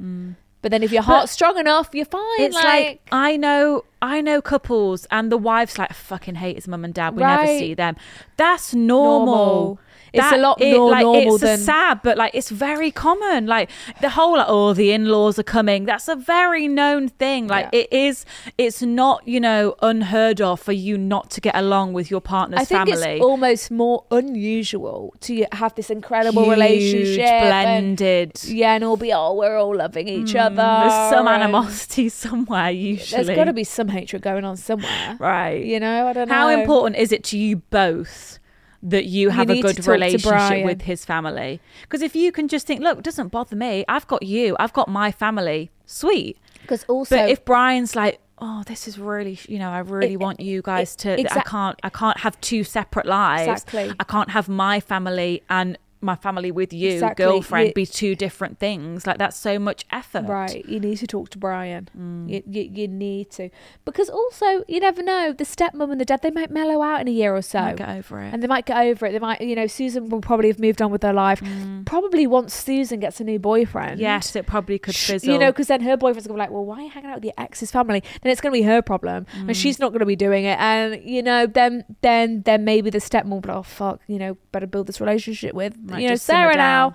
[SPEAKER 2] But then if your heart's strong enough, you're fine.
[SPEAKER 3] Mm. It's like, I know, I know couples, and the wife's like, I fucking hate his mum and dad. We never
[SPEAKER 2] Right.
[SPEAKER 3] see them. That's normal.
[SPEAKER 2] Normal. It's a
[SPEAKER 3] That
[SPEAKER 2] lot
[SPEAKER 3] is-
[SPEAKER 2] more
[SPEAKER 3] like,
[SPEAKER 2] normal
[SPEAKER 3] it's a
[SPEAKER 2] than-
[SPEAKER 3] sad, but like it's very common. Like the whole, like, oh, the in-laws are coming. That's a very known thing. Like
[SPEAKER 2] Yeah.
[SPEAKER 3] it is. It's not, you know, unheard of for you not to get along with your partner's
[SPEAKER 2] I think
[SPEAKER 3] family.
[SPEAKER 2] it's almost more unusual to have this incredible
[SPEAKER 3] Huge,
[SPEAKER 2] relationship, and-
[SPEAKER 3] blended.
[SPEAKER 2] yeah, and all be oh, we're all loving each other.
[SPEAKER 3] Mm, There's some
[SPEAKER 2] and-
[SPEAKER 3] animosity somewhere usually.
[SPEAKER 2] There's got to be some hatred going on somewhere,
[SPEAKER 3] right.
[SPEAKER 2] You know, I don't know.
[SPEAKER 3] How important is it to you both that you have a
[SPEAKER 2] need to talk
[SPEAKER 3] good
[SPEAKER 2] to
[SPEAKER 3] relationship
[SPEAKER 2] Brian.
[SPEAKER 3] with his family? Because if you can just think, look, it doesn't bother me. I've got you. I've got my family. Sweet.
[SPEAKER 2] Because also,
[SPEAKER 3] but if Brian's like, oh, this is really, sh- you know, I really
[SPEAKER 2] It-
[SPEAKER 3] want you guys to.
[SPEAKER 2] it-
[SPEAKER 3] I
[SPEAKER 2] E-, exact-
[SPEAKER 3] can't. I can't have two separate lives.
[SPEAKER 2] Exactly.
[SPEAKER 3] I can't have my family and my family with you,
[SPEAKER 2] Exactly.
[SPEAKER 3] girlfriend,
[SPEAKER 2] You-
[SPEAKER 3] be two different things. Like that's so much effort.
[SPEAKER 2] Right, you need to talk to Brian.
[SPEAKER 3] Mm.
[SPEAKER 2] You, you, you need to. Because also, you never know, the stepmom and the dad, they might mellow out in a year or so.
[SPEAKER 3] Might get over it.
[SPEAKER 2] And they might get over it. They might, you know, Susan will probably have moved on with her life. Probably once Susan gets a new boyfriend.
[SPEAKER 3] Mm. Yes, it probably could
[SPEAKER 2] sh-
[SPEAKER 3] fizzle.
[SPEAKER 2] You know, because then her boyfriend's gonna be like, "Well, why are you hanging out with your ex's family?" Then it's gonna be her problem,
[SPEAKER 3] Mm.
[SPEAKER 2] and she's not gonna be doing it. And you know, then then then maybe the stepmom will be like, "Oh fuck," you know, better build this relationship with
[SPEAKER 3] Might
[SPEAKER 2] you know
[SPEAKER 3] just simmer
[SPEAKER 2] Sarah
[SPEAKER 3] down.
[SPEAKER 2] now,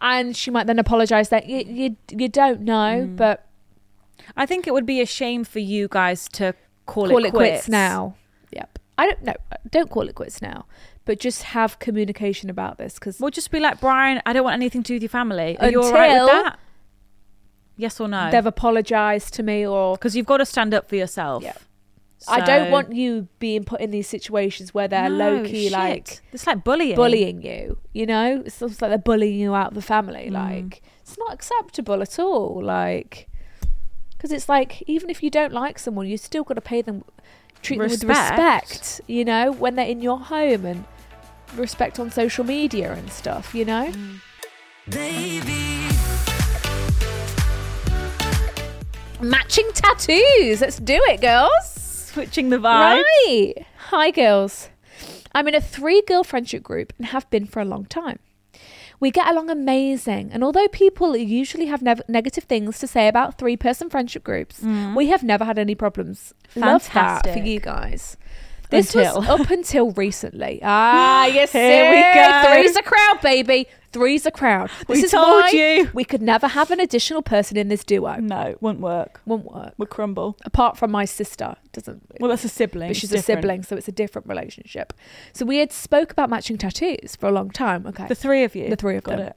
[SPEAKER 2] and she might then apologize. That you you, you don't know,
[SPEAKER 3] Mm.
[SPEAKER 2] but
[SPEAKER 3] I think it would be a shame for you guys to call,
[SPEAKER 2] call
[SPEAKER 3] it,
[SPEAKER 2] it, quits now. Yep, I don't know. Don't call it quits now, but just have communication about this because
[SPEAKER 3] We'll just be like, Brian, I don't want anything to do with your family. Are you all right with
[SPEAKER 2] Until-
[SPEAKER 3] that? Yes or no?
[SPEAKER 2] they've apologized to me or
[SPEAKER 3] Because you've got to stand up for yourself.
[SPEAKER 2] Yep. I don't
[SPEAKER 3] So-
[SPEAKER 2] want you being put in these situations where they're
[SPEAKER 3] No,
[SPEAKER 2] low key
[SPEAKER 3] shit.
[SPEAKER 2] like.
[SPEAKER 3] It's like bullying.
[SPEAKER 2] bullying you you know it's almost like they're bullying you out of the family like it's not acceptable at all like because it's like even if you don't like someone you still got to pay them treat them with
[SPEAKER 3] Respect.
[SPEAKER 2] respect you know when they're in your home and respect on social media and stuff you know
[SPEAKER 1] Baby,
[SPEAKER 2] matching tattoos let's do it girls
[SPEAKER 3] Switching the vibe.
[SPEAKER 2] Right. Hi, girls. I'm in a three girl friendship group and have been for a long time. We get along amazing, and although people usually have nev- negative things to say about three person friendship groups, we have never had any problems. Love that for
[SPEAKER 3] Mm. Fantastic.
[SPEAKER 2] you guys. This was
[SPEAKER 3] Until.
[SPEAKER 2] up until recently. Ah, yes,
[SPEAKER 3] Here we
[SPEAKER 2] sir.
[SPEAKER 3] go.
[SPEAKER 2] Three's a crowd, baby. Three's a crowd. This
[SPEAKER 3] We
[SPEAKER 2] is
[SPEAKER 3] told
[SPEAKER 2] why
[SPEAKER 3] you.
[SPEAKER 2] we could never have an additional person in this duo.
[SPEAKER 3] No, won't work.
[SPEAKER 2] Won't work.
[SPEAKER 3] Would crumble.
[SPEAKER 2] Apart from my sister, doesn't.
[SPEAKER 3] Well, that's a sibling.
[SPEAKER 2] But
[SPEAKER 3] It's
[SPEAKER 2] she's a
[SPEAKER 3] different.
[SPEAKER 2] sibling, so it's a different relationship. So we had spoke about matching tattoos for a long time. Okay.
[SPEAKER 3] The three of you.
[SPEAKER 2] The three of
[SPEAKER 3] Got
[SPEAKER 2] them.
[SPEAKER 3] it.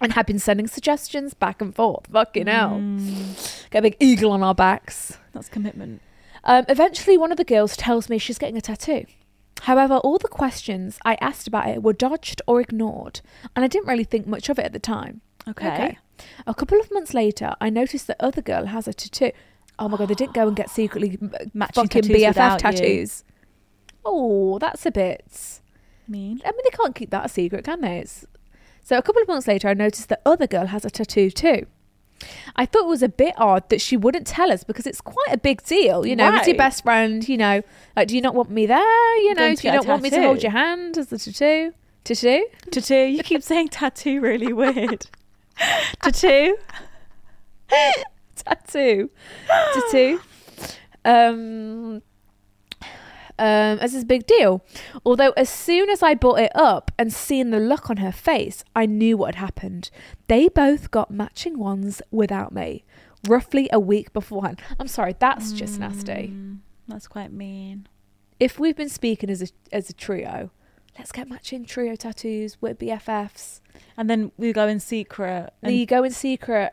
[SPEAKER 2] and had been sending suggestions back and forth. Fucking hell.
[SPEAKER 3] Mm.
[SPEAKER 2] Got a big eagle on our backs.
[SPEAKER 3] That's commitment.
[SPEAKER 2] Um, eventually, one of the girls tells me she's getting a tattoo. However, all the questions I asked about it were dodged or ignored, and I didn't really think much of it at the time.
[SPEAKER 3] Okay.
[SPEAKER 2] A couple of months later, I noticed the other girl has a tattoo. Oh my god, they didn't go and get secretly m-
[SPEAKER 3] Matching
[SPEAKER 2] fucking
[SPEAKER 3] tattoos
[SPEAKER 2] BFF
[SPEAKER 3] without you.
[SPEAKER 2] tattoos. Oh, that's a bit.
[SPEAKER 3] Mean.
[SPEAKER 2] I mean, they can't keep that a secret, can they? It's... So a couple of months later, I noticed the other girl has a tattoo too. I thought it was a bit odd that she wouldn't tell us because it's quite a big deal, you know. It's your
[SPEAKER 3] Right.
[SPEAKER 2] best friend, you know. Like, do you not want me there? You know,
[SPEAKER 3] Going to
[SPEAKER 2] do you
[SPEAKER 3] get
[SPEAKER 2] not
[SPEAKER 3] a
[SPEAKER 2] want me to hold
[SPEAKER 3] tattoo.
[SPEAKER 2] your hand as the tattoo? Tattoo?
[SPEAKER 3] Tattoo. You keep saying tattoo really weird. tattoo.
[SPEAKER 2] tattoo. tattoo. Um, um, as this big deal. Although, as soon as I brought it up and seen the look on her face, I knew what had happened. They both got matching ones without me, roughly a week beforehand. I'm sorry, that's just nasty.
[SPEAKER 3] Mm. That's quite mean.
[SPEAKER 2] If we've been speaking as a as a trio, let's get matching trio tattoos. We're BFFs.
[SPEAKER 3] And then we go in secret.
[SPEAKER 2] Then you go in secret.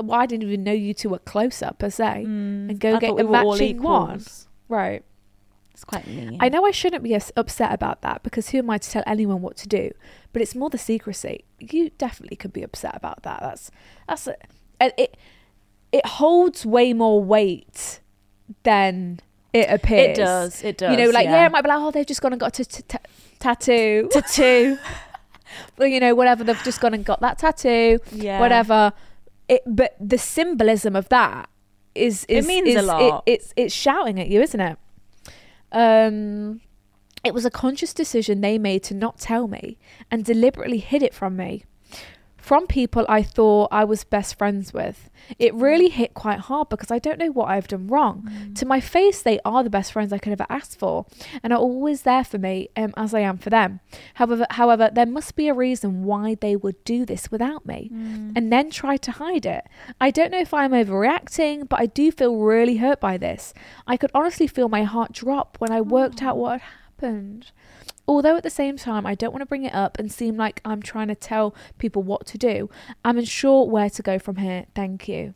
[SPEAKER 2] Well, I didn't even know you two were close up per se, and go
[SPEAKER 3] Mm. I
[SPEAKER 2] get
[SPEAKER 3] thought we
[SPEAKER 2] a
[SPEAKER 3] were all
[SPEAKER 2] matching one.
[SPEAKER 3] equals.
[SPEAKER 2] Right.
[SPEAKER 3] It's quite mean.
[SPEAKER 2] I know I shouldn't be as upset about that because who am I to tell anyone what to do? But it's more the secrecy. You definitely could be upset about that. That's that's a, and it. It holds way more weight than it appears.
[SPEAKER 3] does, it
[SPEAKER 2] You know,
[SPEAKER 3] does,
[SPEAKER 2] like yeah,
[SPEAKER 3] yeah.
[SPEAKER 2] it might be like, oh, they've just gone and got a t- t- tattoo.
[SPEAKER 3] Tattoo.
[SPEAKER 2] Well, you know, whatever. They've just gone and got that tattoo.
[SPEAKER 3] Yeah.
[SPEAKER 2] Whatever. It, but the symbolism of that is, is
[SPEAKER 3] means a
[SPEAKER 2] is-
[SPEAKER 3] lot.
[SPEAKER 2] It, it's it's shouting at you, isn't it? Um, it was a conscious decision they made to not tell me and deliberately hid it from me. From people I thought I was best friends with. It really hit quite hard because I don't know what I've done wrong. To my face, they are the best friends I could ever ask for and are always there for me um, as I am for them. However, however, there must be a reason why they would do this without me and then try to hide it. I don't know if I'm overreacting, but I do feel really hurt by this. I could honestly feel my heart drop when I worked out what had happened. Although at the same time, I don't want to bring it up and seem like I'm trying to tell people what to do. I'm unsure where to go from here. Thank you.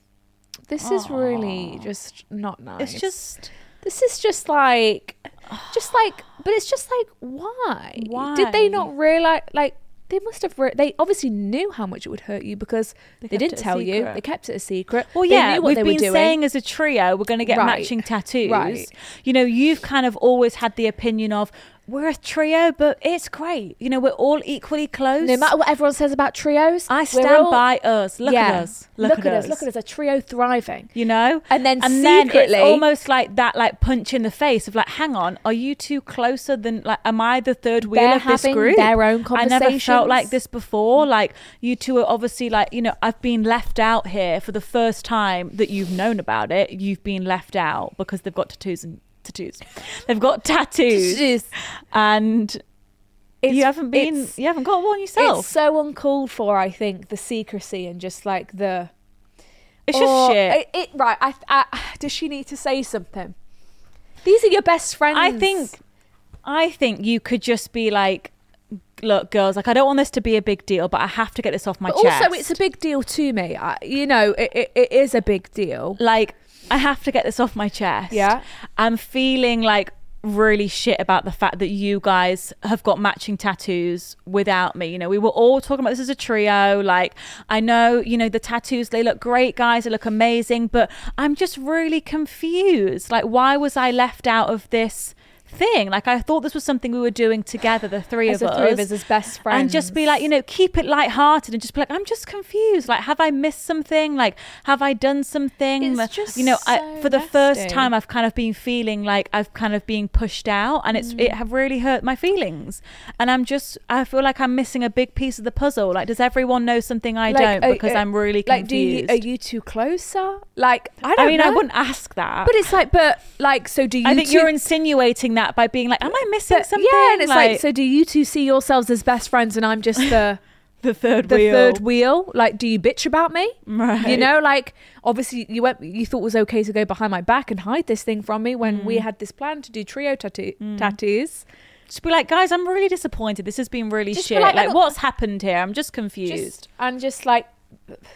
[SPEAKER 2] This is really just not nice.
[SPEAKER 3] It's just
[SPEAKER 2] This is just like, just like, but it's just like, why? Did they not realize? Like, they must have. Re- they obviously knew how much it would hurt you because they,
[SPEAKER 3] kept
[SPEAKER 2] didn't
[SPEAKER 3] it a
[SPEAKER 2] tell you.
[SPEAKER 3] secret.
[SPEAKER 2] They kept it a secret.
[SPEAKER 3] Well,
[SPEAKER 2] They
[SPEAKER 3] yeah,
[SPEAKER 2] knew what
[SPEAKER 3] we've
[SPEAKER 2] they
[SPEAKER 3] been
[SPEAKER 2] were doing.
[SPEAKER 3] saying as a trio, we're going to get
[SPEAKER 2] Right.
[SPEAKER 3] matching tattoos.
[SPEAKER 2] Right.
[SPEAKER 3] You know, you've kind of always had the opinion of we're a trio, but it's great. You know, we're all equally close.
[SPEAKER 2] no matter what everyone says about trios,
[SPEAKER 3] I
[SPEAKER 2] we're
[SPEAKER 3] stand
[SPEAKER 2] all-
[SPEAKER 3] by us. Look
[SPEAKER 2] Yeah.
[SPEAKER 3] at us. Look,
[SPEAKER 2] at us. Look at us. A trio thriving.
[SPEAKER 3] You know,
[SPEAKER 2] And then
[SPEAKER 3] and then it's
[SPEAKER 2] secretly-
[SPEAKER 3] almost like that, like punch in the face of like, hang on, are you two closer than like, am I the third wheel
[SPEAKER 2] They're
[SPEAKER 3] of this
[SPEAKER 2] having
[SPEAKER 3] group?
[SPEAKER 2] their own
[SPEAKER 3] I never felt like
[SPEAKER 2] conversations.
[SPEAKER 3] this before. Like you two are obviously like, you know, I've been left out here for the first time that you've known about it. You've been left out because they've got tattoos and tattoos. They've got tattoos,
[SPEAKER 2] It's,
[SPEAKER 3] and you haven't been,
[SPEAKER 2] it's-
[SPEAKER 3] you haven't got one yourself.
[SPEAKER 2] it's so uncalled for. I think the secrecy and just like the.
[SPEAKER 3] It's just
[SPEAKER 2] Or-
[SPEAKER 3] shit.
[SPEAKER 2] It, it- right. I, I, does she need to say something? These are your best friends.
[SPEAKER 3] I think I think you could just be like look girls like I don't want this to be a big deal but I have to get this off my
[SPEAKER 2] But
[SPEAKER 3] chest.
[SPEAKER 2] also, it's a big deal to me. I, you know, it, it, it is a big deal.
[SPEAKER 3] like I have to get this off my chest.
[SPEAKER 2] Yeah.
[SPEAKER 3] I'm feeling like really shit about the fact that you guys have got matching tattoos without me. You know, we were all talking about this as a trio. Like, I know, you know, the tattoos, they look great, guys, they look amazing, but I'm just really confused. Like, why was I left out of this? thing like I thought this was something we were doing together the three
[SPEAKER 2] As
[SPEAKER 3] of
[SPEAKER 2] the
[SPEAKER 3] us
[SPEAKER 2] three of us as best
[SPEAKER 3] and just
[SPEAKER 2] friends.
[SPEAKER 3] be like you know keep it light-hearted and just be like I'm just confused like have I missed something like have I done something
[SPEAKER 2] It's
[SPEAKER 3] um,
[SPEAKER 2] just
[SPEAKER 3] you know I,
[SPEAKER 2] so
[SPEAKER 3] for the first
[SPEAKER 2] nasty.
[SPEAKER 3] time i've kind of been feeling like i've kind of been pushed out and it's
[SPEAKER 2] Mm.
[SPEAKER 3] it have really hurt my feelings and i'm just i feel like i'm missing a big piece of the puzzle like does everyone know something i don't
[SPEAKER 2] are-
[SPEAKER 3] because
[SPEAKER 2] are-
[SPEAKER 3] i'm really
[SPEAKER 2] uh, oh, like, do
[SPEAKER 3] confused
[SPEAKER 2] you, are you two closer? Like, I uh,
[SPEAKER 3] i
[SPEAKER 2] don't.
[SPEAKER 3] mean i
[SPEAKER 2] know.
[SPEAKER 3] wouldn't ask that
[SPEAKER 2] But it's like, but like, so do you?
[SPEAKER 3] i think
[SPEAKER 2] two,
[SPEAKER 3] you're insinuating that by being like am i missing
[SPEAKER 2] but-
[SPEAKER 3] something
[SPEAKER 2] Yeah, and it's like, so do you two see yourselves as best friends, and I'm just the.
[SPEAKER 3] the third
[SPEAKER 2] the
[SPEAKER 3] wheel.
[SPEAKER 2] third wheel. Like, do you bitch about me?
[SPEAKER 3] Right.
[SPEAKER 2] You know, like obviously you went. You thought it was okay to go behind my back and hide this thing from me when
[SPEAKER 3] Mm.
[SPEAKER 2] we had this plan to do trio tattoo tattoos.
[SPEAKER 3] just be like guys i'm really disappointed this has been really
[SPEAKER 2] Just be
[SPEAKER 3] shit
[SPEAKER 2] like,
[SPEAKER 3] like,
[SPEAKER 2] I don't-
[SPEAKER 3] what's happened here i'm just confused
[SPEAKER 2] Just and just like,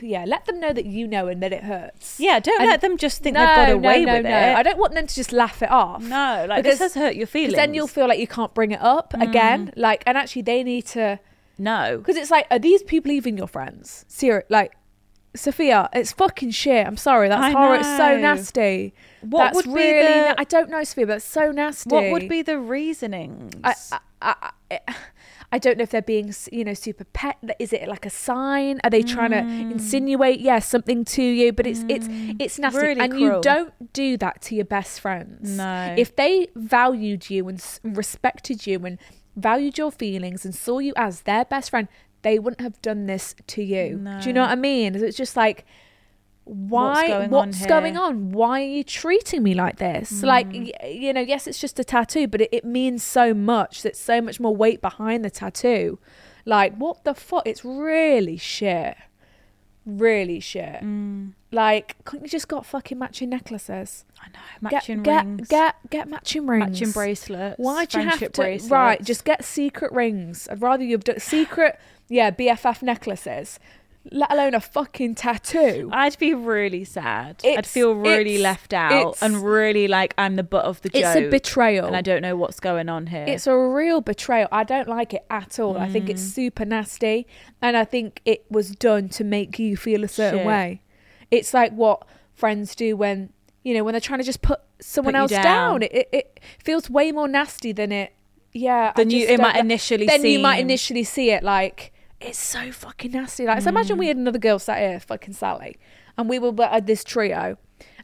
[SPEAKER 2] yeah, let them know that you know and that it hurts.
[SPEAKER 3] yeah don't
[SPEAKER 2] And-
[SPEAKER 3] let them just think they've got away
[SPEAKER 2] no,
[SPEAKER 3] with
[SPEAKER 2] no.
[SPEAKER 3] it
[SPEAKER 2] I don't want them to just laugh it off.
[SPEAKER 3] No, like, this has hurt your
[SPEAKER 2] 'cause Then you'll
[SPEAKER 3] feelings. Mm.
[SPEAKER 2] feel like you can't bring it up again. Like, and actually, they need to
[SPEAKER 3] no
[SPEAKER 2] because it's like, are these people even your friends? Serious, like. Sophia, it's fucking shit. I'm sorry. That's
[SPEAKER 3] I
[SPEAKER 2] horrible. It's so
[SPEAKER 3] know.
[SPEAKER 2] nasty.
[SPEAKER 3] What
[SPEAKER 2] that's
[SPEAKER 3] would be
[SPEAKER 2] really?
[SPEAKER 3] the-
[SPEAKER 2] na- I don't know, Sophia, but it's so nasty.
[SPEAKER 3] What would be the reasoning?
[SPEAKER 2] I, I, I, I- I don't know if they're being, s- you know, super pet. Is it like a sign? Are they trying
[SPEAKER 3] Mm.
[SPEAKER 2] to insinuate, yes, something to you? But it's it's it's nasty,
[SPEAKER 3] Really
[SPEAKER 2] and
[SPEAKER 3] cruel.
[SPEAKER 2] you don't do that to your best friends.
[SPEAKER 3] No.
[SPEAKER 2] if they valued you and s- respected you and valued your feelings and saw you as their best friend, they wouldn't have done this to you. Do you know what I mean? It's just like. Why? What's, going,
[SPEAKER 3] going on
[SPEAKER 2] on
[SPEAKER 3] here? Mm.
[SPEAKER 2] Why are you treating me like this? Like, y- you know, yes, it's just a tattoo, but it, it means so much. There's so much more weight behind the tattoo. Like, what the fuck? It's really shit. Really shit.
[SPEAKER 3] Mm.
[SPEAKER 2] Like, couldn't you just got fucking matching necklaces?
[SPEAKER 3] I know
[SPEAKER 2] Get,
[SPEAKER 3] matching
[SPEAKER 2] get,
[SPEAKER 3] rings.
[SPEAKER 2] get, get matching rings.
[SPEAKER 3] Matching bracelets,
[SPEAKER 2] Why'd you have to?
[SPEAKER 3] friendship bracelets.
[SPEAKER 2] Right, just get secret rings. I'd rather you've done secret, yeah, BFF necklaces, let alone a fucking tattoo.
[SPEAKER 3] I'd be really sad. I'd
[SPEAKER 2] It's-
[SPEAKER 3] feel really
[SPEAKER 2] it's-
[SPEAKER 3] left out
[SPEAKER 2] it's-
[SPEAKER 3] and really like I'm the butt of the joke.
[SPEAKER 2] It's a betrayal.
[SPEAKER 3] and I don't know what's going on here. Mm.
[SPEAKER 2] It's a real betrayal. I don't like it at all. I think it's super nasty. And I think it was done to make you feel a certain
[SPEAKER 3] Shit.
[SPEAKER 2] way. It's like what friends do when you know, when they're trying to just put someone
[SPEAKER 3] Put you
[SPEAKER 2] else down.
[SPEAKER 3] down.
[SPEAKER 2] It, it it feels way more nasty than it. Yeah, I
[SPEAKER 3] Than you-
[SPEAKER 2] just
[SPEAKER 3] it
[SPEAKER 2] don't
[SPEAKER 3] might
[SPEAKER 2] like-
[SPEAKER 3] initially
[SPEAKER 2] Then you might
[SPEAKER 3] seem.
[SPEAKER 2] initially see it like it's so fucking nasty. Like, so imagine
[SPEAKER 3] Mm.
[SPEAKER 2] we had another girl sat here, fucking Sally, and we were at this trio.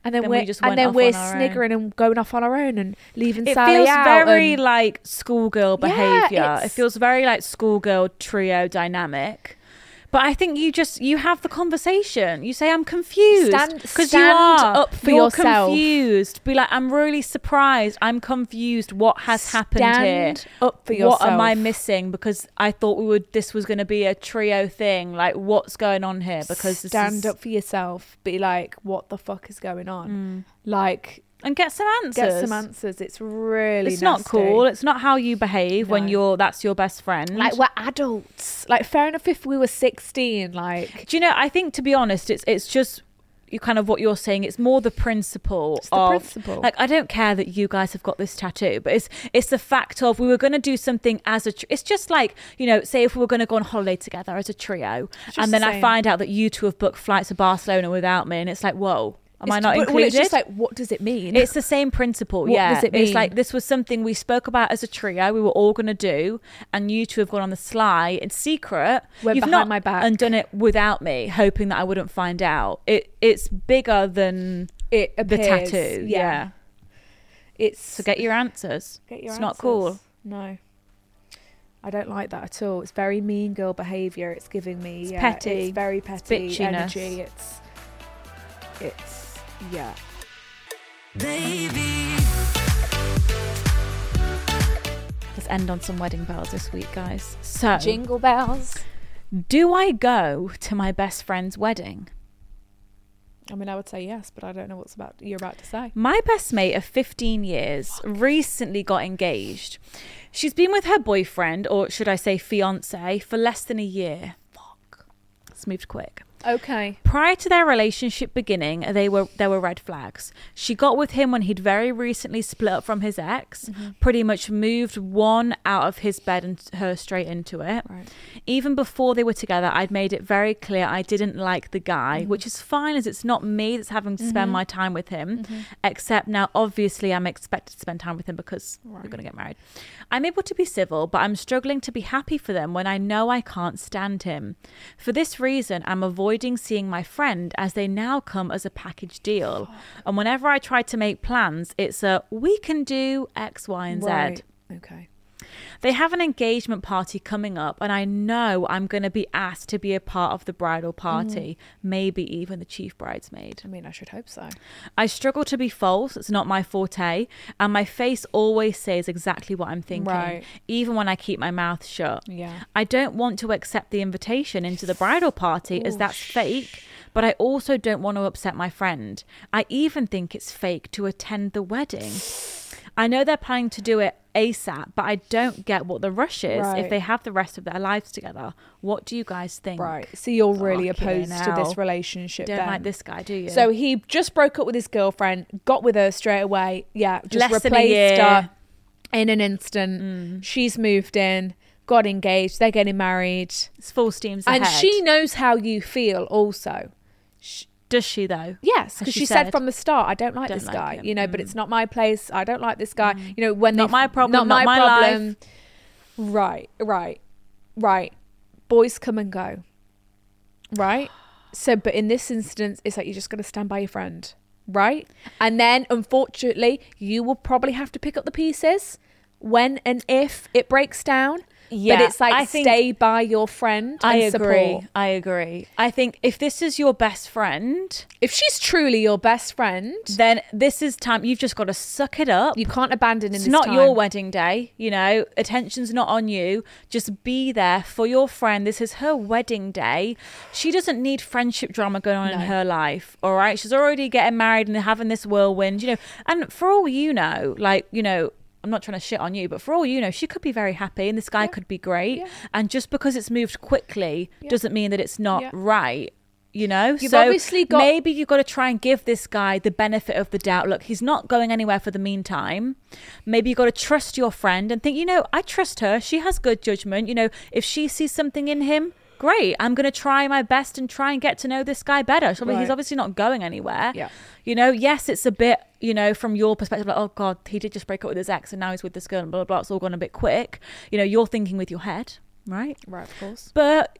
[SPEAKER 2] And then,
[SPEAKER 3] Then we
[SPEAKER 2] we're
[SPEAKER 3] just went
[SPEAKER 2] and then
[SPEAKER 3] off
[SPEAKER 2] we're
[SPEAKER 3] on our own.
[SPEAKER 2] sniggering and going off on our own and leaving
[SPEAKER 3] It
[SPEAKER 2] Sally
[SPEAKER 3] feels
[SPEAKER 2] out.
[SPEAKER 3] very
[SPEAKER 2] and-
[SPEAKER 3] like schoolgirl
[SPEAKER 2] Yeah,
[SPEAKER 3] behavior. it
[SPEAKER 2] it's-
[SPEAKER 3] feels very like schoolgirl trio dynamic. But I think you just you have the conversation. You say I'm confused
[SPEAKER 2] Stand-
[SPEAKER 3] you
[SPEAKER 2] stand
[SPEAKER 3] are
[SPEAKER 2] up for
[SPEAKER 3] You're
[SPEAKER 2] yourself.
[SPEAKER 3] Confused. Be like I'm really surprised. I'm confused. What has happened here?
[SPEAKER 2] Stand up for
[SPEAKER 3] What am I
[SPEAKER 2] yourself.
[SPEAKER 3] missing? Because I thought we would. This was going to be a trio thing. Like what's going on here? Because this
[SPEAKER 2] stand
[SPEAKER 3] is-
[SPEAKER 2] up for yourself. Be like, what the fuck is going on? Like,
[SPEAKER 3] and get some Mm. answers.
[SPEAKER 2] get some answers. It's really
[SPEAKER 3] It's not
[SPEAKER 2] nasty.
[SPEAKER 3] cool. It's not how you behave when
[SPEAKER 2] No.
[SPEAKER 3] you're that's your best friend.
[SPEAKER 2] Like we're adults. Like fair enough if we were sixteen. Like
[SPEAKER 3] Do you know? I think to be honest, it's it's just you kind of what you're saying. It's more the principle
[SPEAKER 2] the
[SPEAKER 3] of
[SPEAKER 2] principle.
[SPEAKER 3] like I don't care that you guys have got this tattoo, but it's it's the fact of we were going to do something as a. Tr- it's just like you know, say if we were going to go on holiday together as a trio,
[SPEAKER 2] just
[SPEAKER 3] and
[SPEAKER 2] the
[SPEAKER 3] then I
[SPEAKER 2] same.
[SPEAKER 3] find out that you two have booked flights to Barcelona without me, and it's like, whoa, am I
[SPEAKER 2] it's-
[SPEAKER 3] not
[SPEAKER 2] but-
[SPEAKER 3] included?
[SPEAKER 2] Well, it's just like, what does it mean?
[SPEAKER 3] It's the same principle.
[SPEAKER 2] What
[SPEAKER 3] yeah.
[SPEAKER 2] does it
[SPEAKER 3] It's like
[SPEAKER 2] mean?
[SPEAKER 3] this was something we spoke about as a trio. We were all going to do, and you two have gone on the sly in secret.
[SPEAKER 2] Went
[SPEAKER 3] You've
[SPEAKER 2] behind
[SPEAKER 3] not
[SPEAKER 2] my back.
[SPEAKER 3] and done it without me, hoping that I wouldn't find out. It it's bigger than
[SPEAKER 2] it
[SPEAKER 3] the
[SPEAKER 2] appears,
[SPEAKER 3] tattoo. Yeah.
[SPEAKER 2] Yeah. It's
[SPEAKER 3] So get your answers.
[SPEAKER 2] get your
[SPEAKER 3] it's not cool.
[SPEAKER 2] answers. No. I don't like that at all. It's very mean girl behaviour. It's giving me yeah,
[SPEAKER 3] petty.
[SPEAKER 2] It's very petty
[SPEAKER 3] bitchiness.
[SPEAKER 2] energy. It's it's yeah.
[SPEAKER 1] Baby,
[SPEAKER 3] Let's end on some wedding bells this week, guys. So,
[SPEAKER 2] Jingle bells.
[SPEAKER 3] do I go to my best friend's wedding?
[SPEAKER 2] I mean, I would say yes, but I don't know what's about you're about to say.
[SPEAKER 3] My best mate of 15 years recently got engaged. She's been with her boyfriend, or should I say fiance, for less than a year. Fuck. It's moved quick.
[SPEAKER 2] Okay.
[SPEAKER 3] Prior to their relationship beginning, they were there were red flags. She got with him when he'd very recently split up from his ex, pretty much moved one out of his bed and her straight into it. Even before they were together, I'd made it very clear I didn't like the guy, which is fine as it's not me that's having to spend my time with him. Except now obviously I'm expected to spend time with him because we're going to get married. I'm able to be civil, but I'm struggling to be happy for them when I know I can't stand him. For this reason, I'm avoiding seeing my friend as they now come as a package deal. And whenever I try to make plans, it's a we can do X, Y, and Z.
[SPEAKER 2] Right. Okay.
[SPEAKER 3] They have an engagement party coming up, and I know I'm going to be asked to be a part of the bridal party, maybe even the chief bridesmaid.
[SPEAKER 2] I mean, I should hope so.
[SPEAKER 3] I struggle to be false, it's not my forte, and my face always says exactly what I'm thinking,
[SPEAKER 2] Right.
[SPEAKER 3] even when I keep my mouth shut.
[SPEAKER 2] Yeah.
[SPEAKER 3] I don't want to accept the invitation into the bridal party as that's fake, but I also don't want to upset my friend. I even think it's fake to attend the wedding. I know they're planning to do it ASAP, but I don't get what the rush is if
[SPEAKER 2] Right.
[SPEAKER 3] they have the rest of their lives together. What do you guys think?
[SPEAKER 2] Right. So you're really
[SPEAKER 3] Fucking
[SPEAKER 2] opposed to
[SPEAKER 3] hell.
[SPEAKER 2] this relationship.
[SPEAKER 3] Don't
[SPEAKER 2] then.
[SPEAKER 3] like this guy, do you?
[SPEAKER 2] So he just broke up with his girlfriend, got with her straight away. Yeah, just
[SPEAKER 3] Less than a
[SPEAKER 2] replaced
[SPEAKER 3] year. Mm.
[SPEAKER 2] her in an instant. She's moved in, got engaged, they're getting married,
[SPEAKER 3] it's full steam ahead.
[SPEAKER 2] and she knows how you feel. Also,
[SPEAKER 3] does she though?
[SPEAKER 2] yes,
[SPEAKER 3] Has
[SPEAKER 2] because she, said, from the start, "I don't like
[SPEAKER 3] Don't
[SPEAKER 2] this
[SPEAKER 3] like
[SPEAKER 2] guy,"
[SPEAKER 3] him. Mm.
[SPEAKER 2] you know. But it's not my place. I don't like this guy. You know, when
[SPEAKER 3] Not
[SPEAKER 2] they-
[SPEAKER 3] my problem, not my life.
[SPEAKER 2] Right, right, right. Boys come and go. Right. So, but in this instance, it's like you're just going to stand by your friend, right? And then, unfortunately, you will probably have to pick up the pieces when and if it breaks down.
[SPEAKER 3] Yeah,
[SPEAKER 2] but it's like
[SPEAKER 3] I think-
[SPEAKER 2] stay by your friend.
[SPEAKER 3] I
[SPEAKER 2] and
[SPEAKER 3] agree.
[SPEAKER 2] Support.
[SPEAKER 3] I agree. I think if this is your best friend,
[SPEAKER 2] If she's truly your best friend,
[SPEAKER 3] then this is time you've just got to suck it up.
[SPEAKER 2] you can't abandon. In
[SPEAKER 3] it's
[SPEAKER 2] this
[SPEAKER 3] not
[SPEAKER 2] time.
[SPEAKER 3] your wedding day, you know. Attention's not on you. Just be there for your friend. This is her wedding day. She doesn't need friendship drama going on in her life. All right, she's already getting married and having this whirlwind, you know. And for all you know, like you know. I'm not trying to shit on you, but for all you know, she could be very happy and this guy could be great. And just because it's moved quickly doesn't mean that it's not
[SPEAKER 2] Yeah.
[SPEAKER 3] right, you know?
[SPEAKER 2] You've obviously got-
[SPEAKER 3] maybe you've got to try and give this guy the benefit of the doubt. Look, he's not going anywhere for the meantime. Maybe you've got to trust your friend and think, you know, I trust her. She has good judgment. You know, if she sees something in him, great. I'm going to try my best and try and get to know this guy better. So I mean, he's
[SPEAKER 2] Right.
[SPEAKER 3] obviously not going anywhere.
[SPEAKER 2] Yeah.
[SPEAKER 3] You know, yes, it's a bit, you know, from your perspective, like, oh God, he did just break up with his ex and now he's with this girl and blah, blah, blah. It's all gone a bit quick. You know, you're thinking with your head, right?
[SPEAKER 2] Right, of course.
[SPEAKER 3] But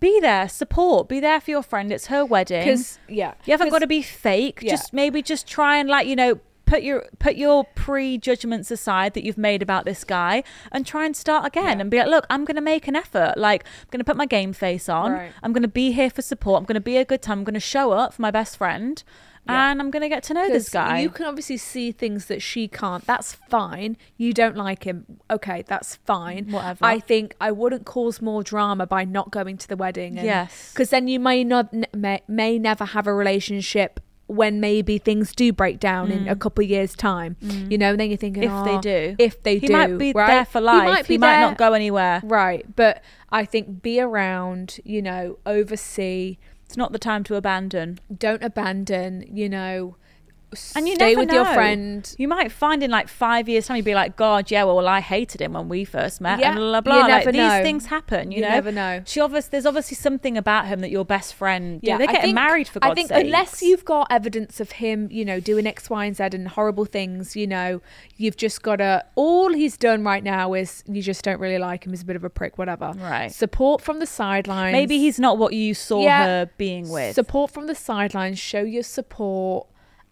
[SPEAKER 3] be there, support, be there for your friend. It's her wedding.
[SPEAKER 2] Because yeah,
[SPEAKER 3] You haven't
[SPEAKER 2] 'Cause-
[SPEAKER 3] got to be fake.
[SPEAKER 2] Yeah.
[SPEAKER 3] Just maybe just try and like you know put your put your prejudgments aside that you've made about this guy and try and start again and be like, look, I'm gonna make an effort. Like I'm gonna put my game face on.
[SPEAKER 2] Right.
[SPEAKER 3] I'm gonna be here for support. I'm gonna be a good time. I'm gonna show up for my best friend, and I'm gonna get to know this
[SPEAKER 2] 'Cause
[SPEAKER 3] guy.
[SPEAKER 2] You can obviously see things that she can't. That's fine. You don't like him. Okay, that's fine.
[SPEAKER 3] Whatever.
[SPEAKER 2] I think I wouldn't cause more drama by not going to the wedding.
[SPEAKER 3] Yes.
[SPEAKER 2] Because then you may not n- may, may never have a relationship when maybe things do break down in a couple of years time. You know, and then you're thinking
[SPEAKER 3] Mm. if they
[SPEAKER 2] "Oh,
[SPEAKER 3] do,
[SPEAKER 2] if they
[SPEAKER 3] he
[SPEAKER 2] do,
[SPEAKER 3] might be
[SPEAKER 2] right?
[SPEAKER 3] there for life. He might,
[SPEAKER 2] there.
[SPEAKER 3] not go anywhere.
[SPEAKER 2] Right, but I think be around. You know, oversee
[SPEAKER 3] It's not the time to abandon.
[SPEAKER 2] don't abandon, you know,
[SPEAKER 3] And you
[SPEAKER 2] stay
[SPEAKER 3] never
[SPEAKER 2] with your
[SPEAKER 3] know.
[SPEAKER 2] friend.
[SPEAKER 3] You might find in like five years' time, you'd be like, God, yeah, well, I hated him when we first met,
[SPEAKER 2] Yeah,
[SPEAKER 3] and blah
[SPEAKER 2] you
[SPEAKER 3] blah. blah. Like,
[SPEAKER 2] never know.
[SPEAKER 3] These things happen. You,
[SPEAKER 2] You
[SPEAKER 3] know?
[SPEAKER 2] never know.
[SPEAKER 3] She obviously there's obviously something about him that your best friend. Yeah, they're
[SPEAKER 2] I
[SPEAKER 3] getting
[SPEAKER 2] think-
[SPEAKER 3] married for
[SPEAKER 2] I
[SPEAKER 3] God's
[SPEAKER 2] think
[SPEAKER 3] sakes.
[SPEAKER 2] unless you've got evidence of him, you know, doing X, Y, and Z and horrible things, you know, you've just got to. All he's done right now is you just don't really like him. He's a bit of a prick, whatever.
[SPEAKER 3] Right.
[SPEAKER 2] Support from the sidelines.
[SPEAKER 3] maybe he's not what you saw
[SPEAKER 2] Yeah.
[SPEAKER 3] her being with.
[SPEAKER 2] Support from the sidelines. Show your support.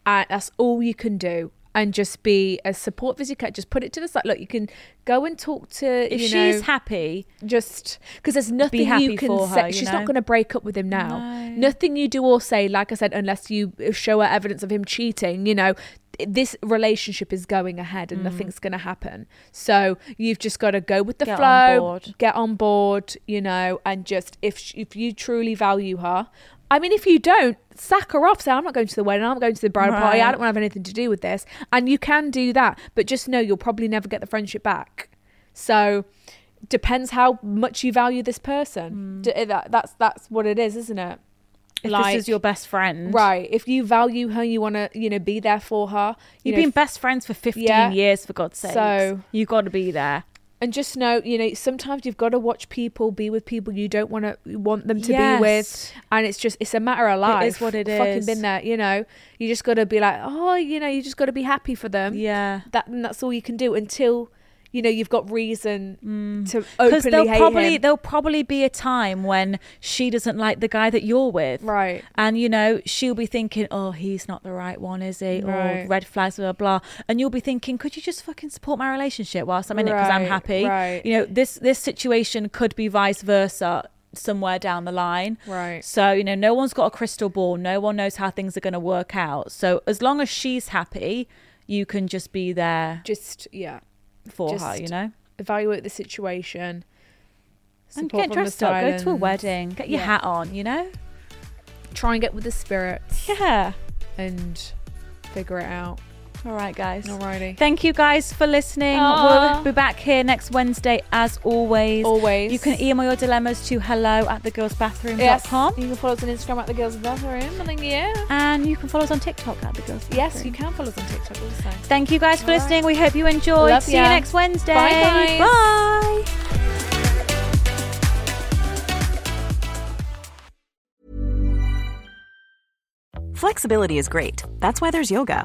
[SPEAKER 2] Uh, that's all you can do. And just be as supportive as you can. Just put it to the side. Look, you can go and talk to.
[SPEAKER 3] if
[SPEAKER 2] you know,
[SPEAKER 3] she's happy,
[SPEAKER 2] just because there's nothing
[SPEAKER 3] happy
[SPEAKER 2] you can
[SPEAKER 3] for
[SPEAKER 2] say.
[SPEAKER 3] her, you
[SPEAKER 2] She's
[SPEAKER 3] know?
[SPEAKER 2] not going to break up with him now. Nothing you do or say, like I said, unless you show her evidence of him cheating, you know, this relationship is going ahead
[SPEAKER 3] Mm.
[SPEAKER 2] and nothing's going to happen. So you've just got to go with the
[SPEAKER 3] Get
[SPEAKER 2] flow,
[SPEAKER 3] on board.
[SPEAKER 2] get on board, you know, and just if sh- if you truly value her, I mean, if you don't, sack her off. Say, I'm not going to the wedding. I'm going to the bridal party.
[SPEAKER 3] Right.
[SPEAKER 2] I don't want to have anything to do with this. And you can do that, but just know you'll probably never get the friendship back. So depends how much you value this person. D- eh, that, that's that's what it is, isn't it?
[SPEAKER 3] Hmm. if
[SPEAKER 2] Like-
[SPEAKER 3] this is your best friend,
[SPEAKER 2] Right. If you value her, you want to you know be there for her. You
[SPEAKER 3] You've
[SPEAKER 2] know,
[SPEAKER 3] been best friends for 15
[SPEAKER 2] Yeah.
[SPEAKER 3] years, for God's sake.
[SPEAKER 2] So-
[SPEAKER 3] you've got to be there.
[SPEAKER 2] and just know you know sometimes you've got to watch people be with people you don't want to want them to be
[SPEAKER 3] Yes.
[SPEAKER 2] with, and it's just it's a matter of life.
[SPEAKER 3] is what it is.
[SPEAKER 2] Fucking been there, you know. You just got to be like, oh, you know, you just got to be happy for them.
[SPEAKER 3] Yeah.
[SPEAKER 2] That and that's all you can do until. You know, you've got reason to
[SPEAKER 3] because
[SPEAKER 2] openly
[SPEAKER 3] there'll
[SPEAKER 2] hate
[SPEAKER 3] Hmm. probably
[SPEAKER 2] him.
[SPEAKER 3] there'll probably be a time when she doesn't like the guy that you're with
[SPEAKER 2] Right.
[SPEAKER 3] and you know she'll be thinking oh he's not the right one is he or
[SPEAKER 2] Right.
[SPEAKER 3] red flags blah blah blah. and you'll be thinking could you just fucking support my relationship whilst i'm in it because i'm
[SPEAKER 2] Right,
[SPEAKER 3] happy
[SPEAKER 2] right.
[SPEAKER 3] you know this this situation could be vice versa somewhere down the line
[SPEAKER 2] Right.
[SPEAKER 3] so you know no one's got a crystal ball no one knows how things are going to work out so as long as she's happy you can just be there
[SPEAKER 2] Just yeah,
[SPEAKER 3] for her
[SPEAKER 2] just
[SPEAKER 3] you know
[SPEAKER 2] evaluate the situation.
[SPEAKER 3] and
[SPEAKER 2] support
[SPEAKER 3] get
[SPEAKER 2] from the
[SPEAKER 3] dressed up, go to a
[SPEAKER 2] silence.
[SPEAKER 3] wedding, get your
[SPEAKER 2] Yeah.
[SPEAKER 3] hat on, you know?
[SPEAKER 2] Try and get with the spirits
[SPEAKER 3] Yeah.
[SPEAKER 2] and figure it out.
[SPEAKER 3] All right, guys.
[SPEAKER 2] Alrighty.
[SPEAKER 3] Thank you guys for listening.
[SPEAKER 2] Aw.
[SPEAKER 3] We'll be back here next Wednesday as always.
[SPEAKER 2] Always.
[SPEAKER 3] You can email your dilemmas to hello at
[SPEAKER 6] E
[SPEAKER 3] thegirlsbathroom.com.
[SPEAKER 2] You can follow us on Instagram at the girls bathroom, and then yeah.
[SPEAKER 3] And you can follow us on TikTok at the girls.
[SPEAKER 2] Yes, you can follow us on TikTok also.
[SPEAKER 3] Thank you guys for listening. We hope you enjoyed.
[SPEAKER 2] Love
[SPEAKER 3] See you
[SPEAKER 2] ya.
[SPEAKER 3] next Wednesday.
[SPEAKER 2] Bye, guys.
[SPEAKER 3] Bye.
[SPEAKER 7] Flexibility is great. That's why there's yoga.